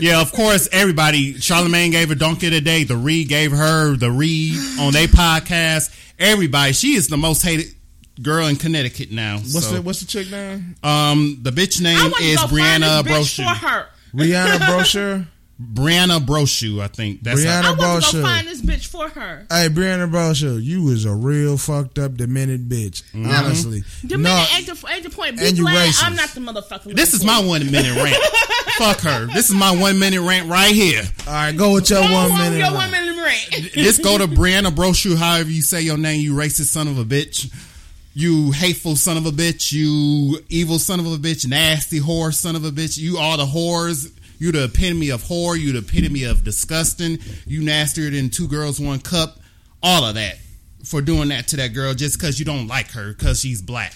A: yeah, of course, everybody. Charlemagne gave her donkey today. The Reed gave her the Reed on their podcast. Everybody, she is the most hated girl in Connecticut now.
E: What's
A: so,
E: the what's the chick name?
A: um, the bitch
D: I
A: name
D: want to
A: is
D: go
A: Brianna
D: find this bitch
A: Brochu.
D: for her.
E: Rihanna Brochure.
A: Brianna Brochu, I think that's her-
E: Brianna
D: I want to
E: Brochure.
D: go find this bitch for her.
E: Hey, Brianna Brochure, you is a real fucked up demented bitch. Honestly,
D: The minute at the, at the point, be
E: And you
D: glad
E: racist.
D: I'm not the motherfucker.
A: This is my one minute rant. Fuck her. This is my one minute rant right here.
E: all right, go with your
D: Go
E: one
D: on
E: minute.
D: Your
E: line.
D: one minute rant.
A: Just go to Brianna Brochu, however you say your name, you racist son of a bitch. You hateful son of a bitch. You evil son of a bitch. Nasty whore son of a bitch. You all the whores. You the epitome of whore. You the epitome of disgusting. You nastier than two girls, one cup. All of that for doing that to that girl just because you don't like her because she's black.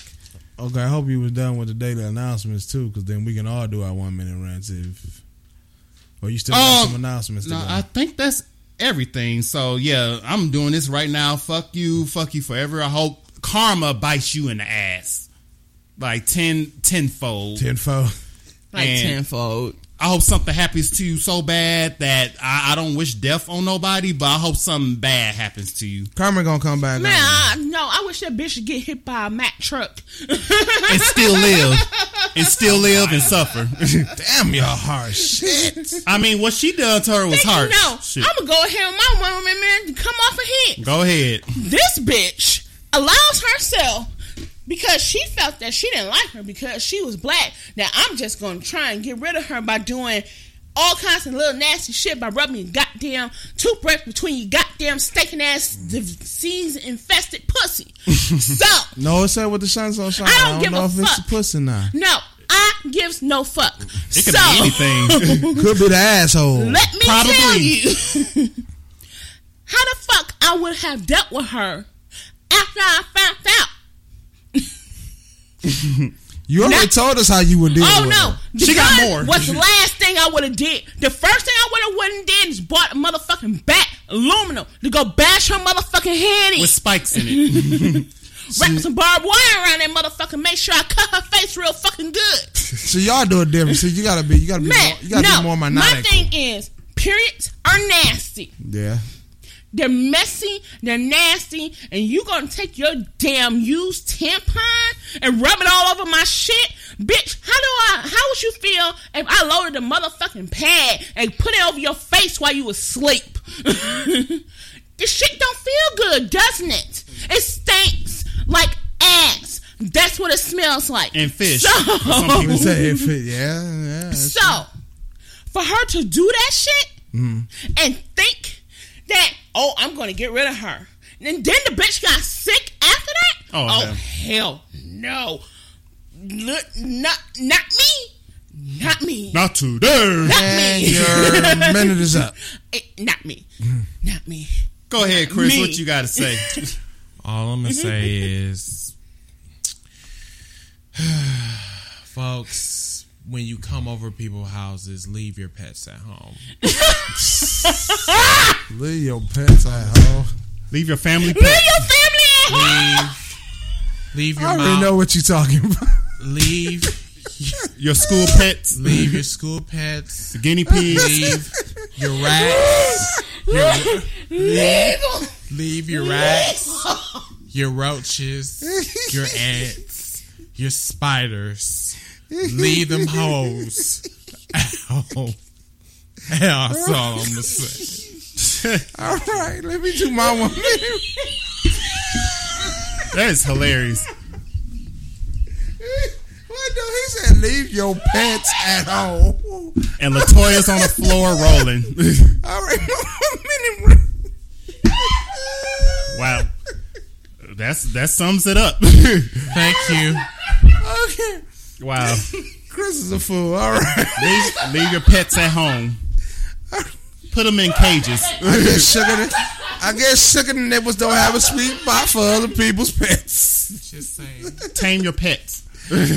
G: Okay, I hope you was done with the daily announcements too, because then we can all do our one minute rants if. Or you still got
E: Oh,
A: Um,
G: some announcements to
A: No,
G: go.
A: I think that's everything. So yeah, I'm doing this right now. Fuck you, fuck you forever. I hope karma bites you in the ass. Like ten tenfold.
G: Tenfold.
A: Like And-
D: tenfold.
A: I hope something happens to you so bad that I, I don't wish death on nobody, but I hope something bad happens to you.
E: Karma gonna come back.
D: Man,
E: on you.
D: I, no, I wish that bitch would get hit by a Mack truck.
A: And still live. and still live and suffer.
E: Damn, your heart shit.
A: I mean what she done to her was harsh.
D: No,
A: Shit.
D: I'm gonna go ahead with my one woman man come off a hit.
A: Go ahead.
D: This bitch allows herself because she felt that she didn't like her because she was black. That I'm just gonna try and get rid of her by doing all kinds of little nasty shit by rubbing your goddamn toothbrush between your goddamn stinking ass disease infested pussy. so
E: No, it said with the sun's on shine.
D: I don't
E: I don't
D: give
E: know
D: a
E: if it's the
D: fuck.
E: pussy now.
D: no, I gives no fuck.
A: It could
D: so
A: be anything.
E: Could be the asshole.
D: Let me
A: Probably.
D: tell you how the fuck I would have dealt with her after I found out.
E: You already
D: Not-
E: told us how you would deal
D: Oh
E: with
D: no,
E: it.
D: the
A: She got
D: gun
A: more.
D: Was the last thing I would have did. The first thing I would have wouldn't did is bought a motherfucking bat aluminum to go bash her motherfucking head in,
A: with spikes in it.
D: wrap some barbed wire around that motherfucker, make sure I cut her face real fucking good.
E: So y'all do it different. So you gotta be, you gotta be,
D: Man,
E: more, you gotta
D: no,
E: be more
D: my
E: maniacal.
D: thing is periods are nasty.
E: yeah.
D: They're messy, they're nasty, and you gonna take your damn used tampon and rub it all over my shit? Bitch, how do I how would you feel if I loaded a motherfucking pad and put it over your face while you was asleep? this shit don't feel good, doesn't it? It stinks like ass. That's what it smells like.
A: And fish.
D: So-
A: For some people.
E: It's a- if it- yeah, yeah.
D: so, for her to do that shit and think that, oh, I'm going to get rid of her. And then the bitch got sick after that?
A: Oh, no.
D: hell no. Look, not, not me. Not me.
A: Not today.
D: Not
E: And
D: me.
E: your minute is up.
D: Eh, not me. Not me.
A: Go ahead, Chris.
D: Me.
A: What you got to say?
C: All I'm gonna say is, folks, when you come over people's houses, leave your pets at home.
E: Leave your pants at home.
A: Leave your family.
D: Leave your family at home.
C: Leave, leave
E: I
C: your
E: already
C: mouth.
E: know what you're talking about.
C: Leave,
A: your school pets,
C: leave your school pets.
A: guinea pigs.
C: Leave your rats. Your,
D: Leave 'em.
C: leave your rats. Your roaches. Your ants. Your spiders. Leave them hoes at home. That's all I'm gonna say.
E: All right, let me do my one minute.
A: That is hilarious.
E: What the? He said, leave your pants at home.
A: And Latoya's on the floor rolling.
E: All right, my one minute.
A: wow, that's that sums it up.
C: Thank you.
E: Okay.
A: wow,
E: Chris is a fool. All right.
A: leave, leave your pets at home. Put them in cages.
E: I just sugar, the, I guess sugar nipples don't have a sweet spot for other people's pets.
C: Just saying.
A: Tame your pets.
C: Leave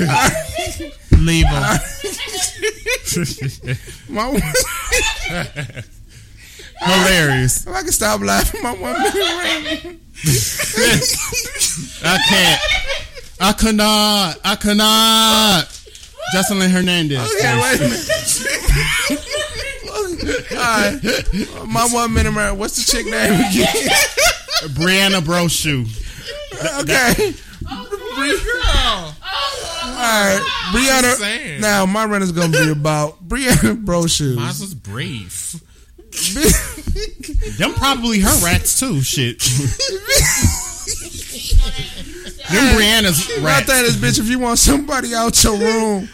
C: them.
E: My one,
A: Hilarious.
E: if I can stop laughing, my one minute rant.
A: I can't. I could not. I could not. Jocelyn Hernandez.
E: Okay, wait a minute. All right, my one minute rant. What's the chick name again?
A: Brianna Brochu.
E: Okay, all right, Brianna.
C: saying.
E: Now my rant is gonna be about Brianna Bro
C: Mine
E: shoes.
C: was brief.
A: Them probably her rats too. Shit. Them Brianna's
E: My
A: rats.
E: thing is, bitch, if you want somebody out your room,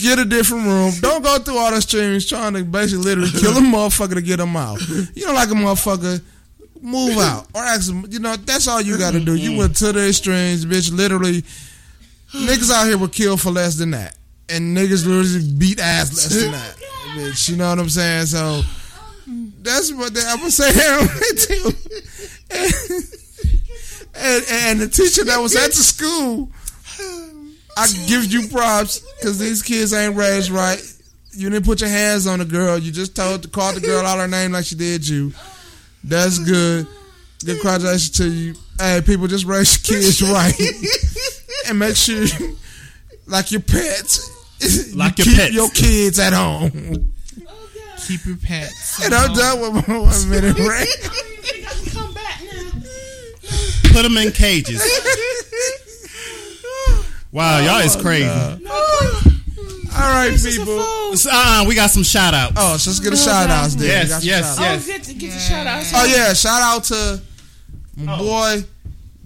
E: get a different room. Don't go through all the streams trying to basically literally kill a motherfucker to get them out. You don't like a motherfucker, move out. Or ask them, you know, that's all you gotta do. You went to the extremes, bitch, literally. Niggas out here will kill for less than that. And niggas literally beat ass less than that. Bitch, you know what I'm saying? So that's what they, I'm gonna say too. And, and, and the teacher that was at the school, I give you props because these kids ain't raised right. You didn't put your hands on the girl. You just told called the girl out her name like she did you. That's good. Good congratulations to you. Hey, people, just raise your kids right and make sure, like your pets,
A: Like
E: you
A: your
E: keep
A: pets.
E: your kids at home.
C: Keep your pets.
E: And I'm done with my one minute rant.
D: Come back now.
A: Put them in cages. Wow, y'all
E: Oh,
A: is crazy.
E: All right, people.
A: So, uh, we got some shout outs.
E: Oh, so let's get a shout out. Then
A: Yes,
E: We got some
A: yes,
E: shout-outs.
A: yes.
D: Oh, good to get the shout out.
E: Oh yeah, shout out to
A: Oh.
E: my boy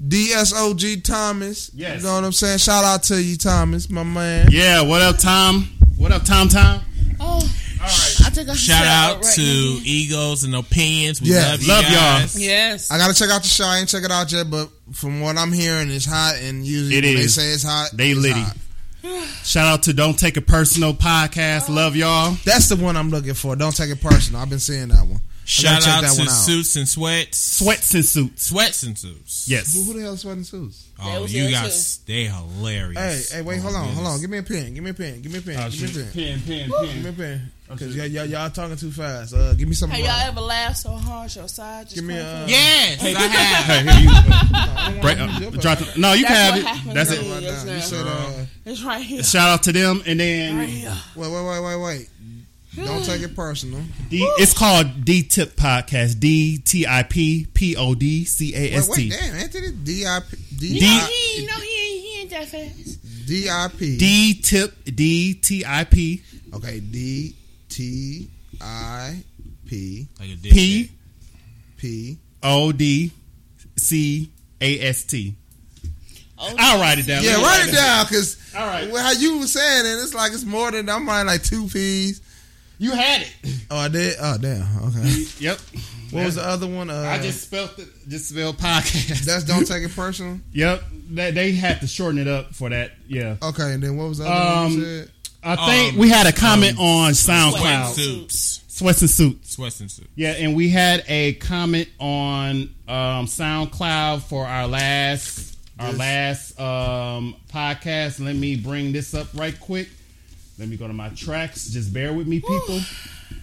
E: DSOG Thomas.
A: Yes.
E: You know what I'm saying? Shout out to you, Thomas, my man.
A: Yeah, what up, Tom? What up, Tom Tom?
D: Oh, I took a
C: Shout out
D: right
C: to
D: now.
C: Egos and Opinions. We
E: Yeah.
C: love, you
A: Love y'all.
C: guys.
D: Yes.
E: I gotta check out the show. I ain't check it out yet, but from what I'm hearing, it's hot. And usually
A: It
E: when
A: is.
E: they say it's hot,
A: They
E: it's
A: litty.
E: hot.
A: Shout out to Don't Take It Personal podcast. Love y'all.
E: That's the one I'm looking for. Don't take it personal. I've been seeing that one. I
C: Shout
E: gotta check
C: out
E: that
C: to
E: one out.
C: Suits and Sweats.
A: Sweats and suits.
C: Sweats and Suits.
E: Who, who
A: Yes.
E: the hell is sweating suits?
D: That
C: Oh,
D: was
C: you
D: there,
C: guys, they hilarious.
E: Hey, hey, wait,
C: Oh,
E: hold on,
C: goodness.
E: hold on. Give me a pen. Give me a pen. Give me a pen.
A: Oh,
E: give me a pen.
A: Pin, pin,
E: Give me
A: pin.
E: a pen.
A: Oh,
E: Cause y'all, y'all, y'all talking too fast. Uh, give me something.
D: Have y'all ever laughed so hard your side just
E: Give me uh,
D: cracked
E: a.
D: up?
C: Yes, I have.
A: Hey, here you Break- uh, drop the- no, you can
D: That's what
A: have it.
D: happened
A: That's
D: to me.
A: it.
E: Right now. You
D: Yes,
E: said, uh,
D: It's right here.
A: Shout out to them. And
D: Right
A: then
D: here.
E: wait, wait, wait, wait, wait. Don't take it personal.
A: D, it's called D Tip Podcast. D T I P P O D C A
E: Wait,
A: S
E: wait,
A: T.
E: damn, Anthony. D.I.P.
D: You
A: D-
D: know,
E: D.I.P.
D: he, ain't- no, he ain't, he ain't that fast.
E: D.I.P.
A: D Tip D T I P
E: Okay, D T I P
C: Like a dick
A: P
E: P.
A: O D C A S T.
D: Oh,
A: I'll write it down.
E: Yeah,
A: Let me
E: write it down because
A: All right.
E: how you were saying it, it's like it's more than I'm writing like two P's.
A: You had it.
E: Oh, I did. Oh, damn. Okay.
A: Yep.
E: What was the other one? Uh,
A: I just spelled it. Just spelled podcast.
E: that's don't take it personal.
A: Yep, they, they had to shorten it up for that. Yeah,
E: Okay, and then what was the other one you
A: Um,
E: said?
A: I think
C: Um,
A: we had a comment
C: um,
A: on
C: Sweats and
A: SoundCloud
C: Suits.
A: sweats and suits.
C: Sweats and Suits.
A: Yeah, and we had a comment on um, SoundCloud for our last our last um, podcast. Let me bring this up right quick. Let me go to my tracks. Just bear with me, people.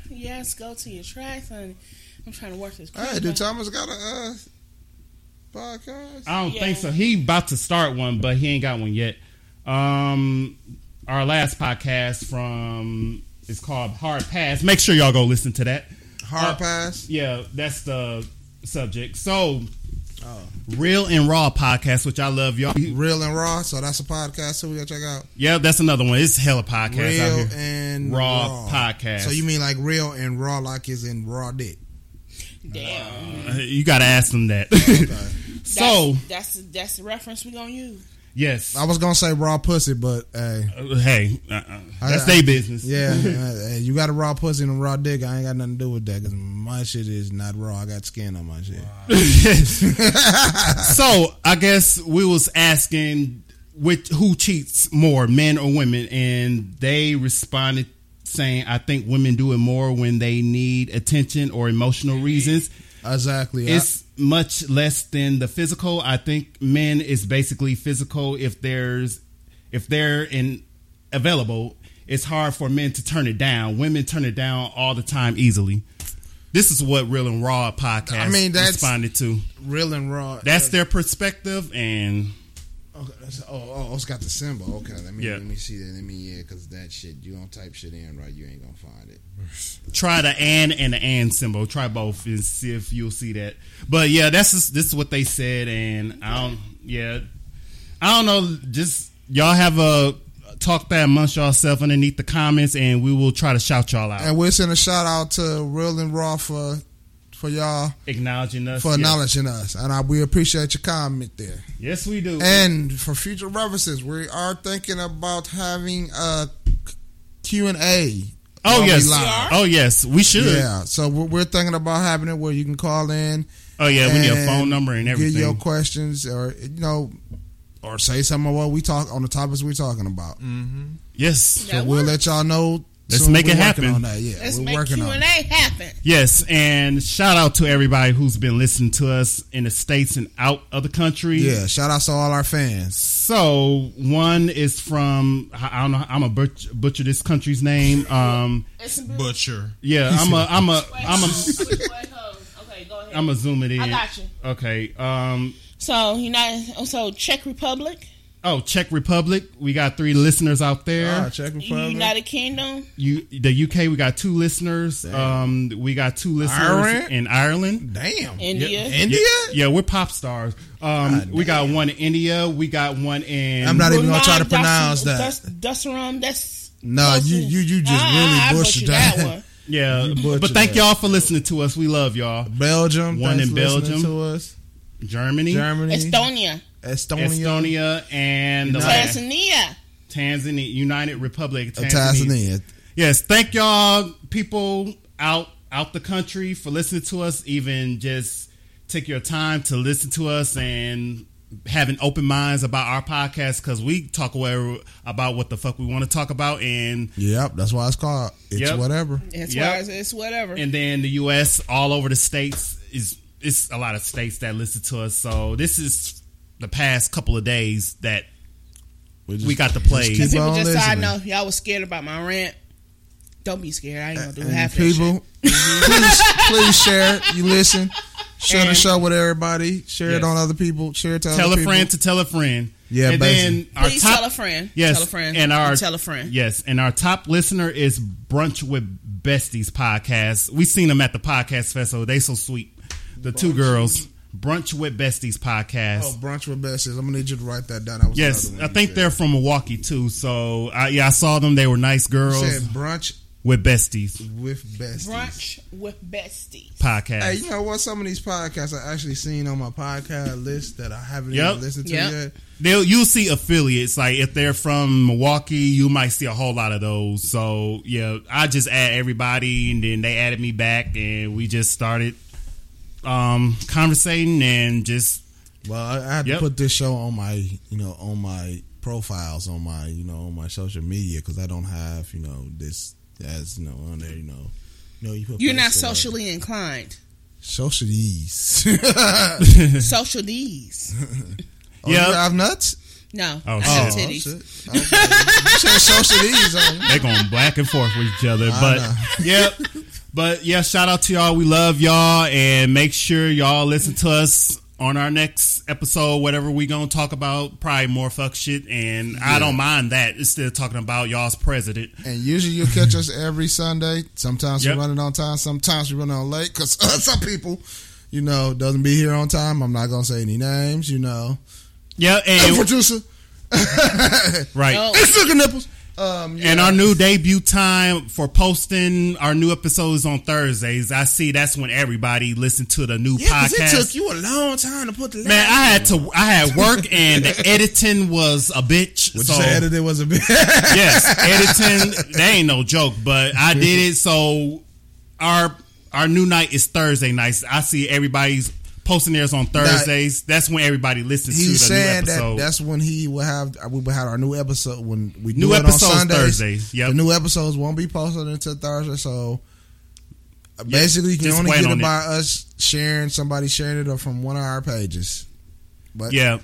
D: Yes, go to your tracks, honey. I'm trying to work this.
E: Hey,
D: quick,
E: do
D: but-
E: Thomas got a uh, podcast?
A: I don't
D: Yeah.
A: think so. He about to start one, but he ain't got one yet. Um, our last podcast from is called Hard Pass. Make sure y'all go listen to that. Uh,
E: Hard pass.
A: Yeah, that's the subject. So, Real and Raw podcast, which I love y'all.
E: Real and raw. So that's a podcast. So we gotta check out.
A: Yeah, that's another one. It's hella podcast
E: real
A: out here.
E: and
A: Raw podcast.
E: So you mean like real and raw, like is in raw dick?
D: Damn.
A: Uh, you gotta ask them that. so
D: that's, that's that's the reference we're gonna use.
A: yes,
E: I was gonna say raw pussy, but hey,
A: Uh, hey, uh-uh. that's
E: I-
A: their business.
E: yeah, uh, hey, you got a raw pussy and a raw dick. I ain't got nothing to do with that because my shit is not raw. I got skin on my shit.
A: so I guess we was asking which who cheats more, men or women, and they responded saying, "I think women do it more when they need attention or emotional reasons."
E: Exactly. I-
A: It's much less than the physical. I think men is basically physical if there's if they're in available. It's hard for men to turn it down. Women turn it down all the time easily. This is what Real and Raw podcast
E: I mean, that's-
A: responded to.
E: Real and raw.
A: That's their perspective, and
E: Okay, that's- oh, oh, it's got the symbol. Okay, let me
A: Yeah.
E: let me see that. Let me yeah, because that shit, you don't type shit in right, you ain't gonna find it.
A: try the and and the and symbol. Try both and see if you'll see that. But yeah, that's just, this is what they said, and I don't. Yeah, I don't know. Just y'all have a talk that amongst yourself underneath the comments, and we will try to shout y'all out,
E: And we're sending a shout out to Real and Raw for for y'all
A: acknowledging us
E: for
A: yeah.
E: acknowledging us, and I, we appreciate your comment there.
A: Yes, we do.
E: And for future references, we are thinking about having a Q and A.
A: oh
E: while we
A: yes,
E: live.
A: oh yes, we should.
E: Yeah, so we're, we're thinking about having it where you can call in.
A: Oh yeah, we need a
E: and
A: phone number and everything.
E: Get your questions, or you know, or say something about what we talk on the topics we're talking about.
A: yes,
D: That
E: We'll
D: works.
E: let y'all know.
A: Mm. Let's
E: soon.
A: make
E: We're
A: it
E: working
A: happen.
E: on that. Yeah,
D: Let's
E: we're
D: make
E: working
D: Q
E: on
D: and
E: it.
D: A happen.
A: Yes, and shout out to everybody who's been listening to us in the states and out of the country.
E: Yeah, shout out to all our fans.
A: So one is from I I don't know. I'm a butcher, butcher this country's name. Um,
C: Butcher.
A: yeah, I'm a I'm a I'm a
D: okay, go ahead.
A: I'm a zoom it in.
D: I got you.
A: Okay. Um.
D: So United, oh, so Czech Republic,
A: Oh, Czech Republic. We got three listeners out there.
G: Ah, check with Republic.
D: United Kingdom,
A: You the UK. We got two listeners. Um. We got two listeners
G: Ireland?
A: in Ireland.
G: Damn.
D: India.
G: India?
A: Yeah, we're pop stars. Um. we got one in India. We got one in.
E: I'm not even gonna try to pronounce that.
D: Dusarum. That's
E: No, you you you just
D: Ah, I
E: really butchered
D: that.
E: that.
D: one.
A: Yeah.
E: butchered
A: But thank
E: that.
A: y'all for listening to us. We love y'all.
E: Belgium,
A: One
E: thanks
A: in
E: for listening
A: Belgium.
E: to us.
A: Germany,
E: Germany,
D: Estonia,
E: Estonia,
A: Estonia, and the last-
D: Tanzania.
A: Tanzania, United Republic,
E: uh,
A: Tanzania.
E: Tanzania.
A: Yes, thank y'all, people out out the country for listening to us. Even just take your time to listen to us and having open minds about our podcast because we talk away about what the fuck we want to talk about and
E: Yep, that's why it's called. It's
A: Yep.
E: whatever.
D: It's,
A: Yep.
D: why it's, it's whatever.
A: and then the U.S. all over the states is it's a lot of states that listen to us. So this is the past couple of days that
E: just-
A: we got the plays.
E: keep
D: people
E: on
D: just so I
E: listening.
D: know y'all was scared about my rant. Don't be scared. I ain't gonna do
E: And
D: half that shit.
E: people, please, please share. it. You listen. Share the
A: And-
E: show with everybody. Share
A: Yes.
E: it on other people. Share it to
A: tell
E: other
A: a
E: people.
A: friend to tell a friend.
E: Yeah,
A: and
E: basically.
A: then our
D: Please
A: top,
D: tell a friend.
A: Yes,
D: tell a friend.
A: and our
D: tell a friend.
A: Yes, and our top listener is Brunch with Besties podcast. We seen them at the podcast festival. They so sweet. The two girls, Brunch with Besties podcast.
E: Oh, brunch with besties. I'm gonna need you to write that down. That was
A: yes,
E: another
A: I
E: one
A: think
E: you
A: they're
E: said.
A: from Milwaukee too. So I, yeah, I saw them. They were nice girls
E: said brunch
A: with Besties
E: with besties.
D: Brunch with besties.
A: podcast.
E: Hey, you know what? Some of these podcasts I actually seen on my podcast list that I haven't
A: Yep.
E: even listened to
D: Yep.
E: yet.
A: They'll you'll see affiliates like if they're from Milwaukee, you might see a whole lot of those. So yeah, I just add everybody, and then they added me back, and we just started um conversating and just
E: Well, I, I had
A: Yep.
E: to put this show on my, you know, on my profiles, on my, you know, on my social media because I don't have, you know, this as you know on there, you know, you know, you put
D: You're not
E: face to work.
D: socially inclined.
E: socialese.
D: Social D's.
E: Oh, you
A: Yep.
E: have nuts.
D: No.
A: Oh,
D: I got
E: Oh,
D: titties.
E: shit. Okay. you said socialese. On
A: they going back and forth with each other.
E: I
A: But yep. But yeah, shout out to y'all. We love y'all, and make sure y'all listen to us on our next episode. Whatever we gonna talk about, probably more fuck shit, and I don't mind that. It's still talking about y'all's president.
E: And usually you catch us every Sunday. Sometimes
A: Yep.
E: we run it on time. Sometimes we run it on late because some people, you know, doesn't be here on time. I'm not gonna say any names. You know,
A: Yeah, and
E: producer.
A: right.
D: No.
E: Oh. It's sugar nipples. Um, yeah.
A: And our new debut time for posting our new episodes on Thursdays. I see that's when everybody listened to the new
E: Yeah, 'cause
A: podcast.
E: it took you a long time to put the
A: Man, I had to I had work and the editing was a bitch.
E: What
A: so
E: you said edited was a bit.
A: yes, editing they ain't no joke, but I did it so our our new night is Thursday nights. I see everybody's posting theirs on Thursdays. that's when everybody listens to the
E: He's saying
A: new
E: that
A: episode.
E: that's when he will have we will have our new episode when we
A: New
E: do it on
A: episodes
E: Sundays.
A: Thursdays, yep.
E: The new episodes won't be posted until Thursday, so Basically, you can
A: Just
E: only
A: wait
E: get
A: on
E: it
A: it.
E: by us sharing somebody sharing it up from one of our pages. But
A: Yeah.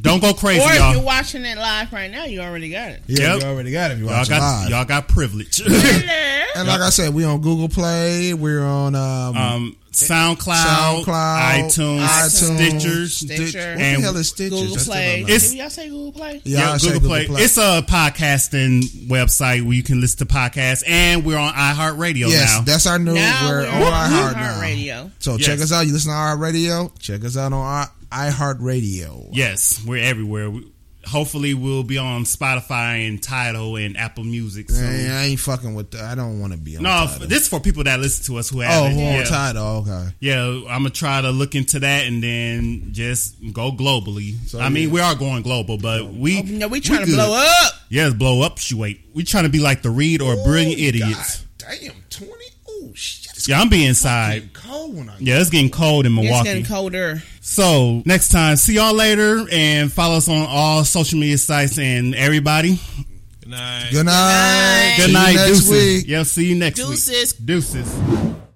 A: Don't go crazy,
D: or if
A: y'all.
D: you're watching it live right now, you already got it.
G: Yeah,
A: Yep.
G: you already got it. If you
A: Y'all
G: watch it
A: got
G: live.
A: y'all got privilege.
E: and like I said, we on Google Play, we're on um,
A: um, SoundCloud,
E: SoundCloud,
A: iTunes,
E: iTunes,
A: Stitchers.
E: Stitch-
D: Stitcher.
E: What the
A: And
E: hell is Stitchers?
D: Google
E: That's what I'm
D: Play.
E: like.
A: It's-
D: Did y'all say Google Play?
E: yeah, I
A: yeah,
E: say
A: Google Play. It's a podcasting website where you can listen to podcasts, and we're on iHeartRadio
E: yes,
A: now.
E: that's our new.
D: Now
E: we're,
D: we're
E: on
D: on
E: iHeart now.
D: iHeartRadio.
E: So
A: Yes.
E: check us out. You listen to our radio. Check us out on our iHeartRadio.
A: Yes, we're everywhere. We, hopefully, we'll be on Spotify and Tidal and Apple Music. soon.
E: Man, I ain't fucking with. The, I don't want to be on.
A: No,
E: Tidal.
A: f- this is for people that listen to us who
E: Oh,
A: haven't.
E: who on
A: yeah.
E: title? Okay.
A: yeah, I'm gonna try to look into that and then just go globally.
E: So,
A: I mean,
E: yeah.
A: we are going global, but we
D: Oh, no, we trying to
A: good.
D: blow up.
A: Yes, blow up, wait. We trying to be like the Reed or Brilliant Idiots.
E: Oh, God damn, twenty. Oh shit, it's
A: Yeah, I'm being side.
E: getting cold when I.
A: Yeah, it's getting cold in
D: It's
A: Milwaukee.
D: getting colder.
A: So next time, see y'all later, and follow us on all social media sites and everybody.
C: Good night.
E: Good night.
A: Good
E: See you
A: night,
E: next
A: deuces.
E: week.
A: Yeah, see you next
D: Deuces.
A: week. Deuces.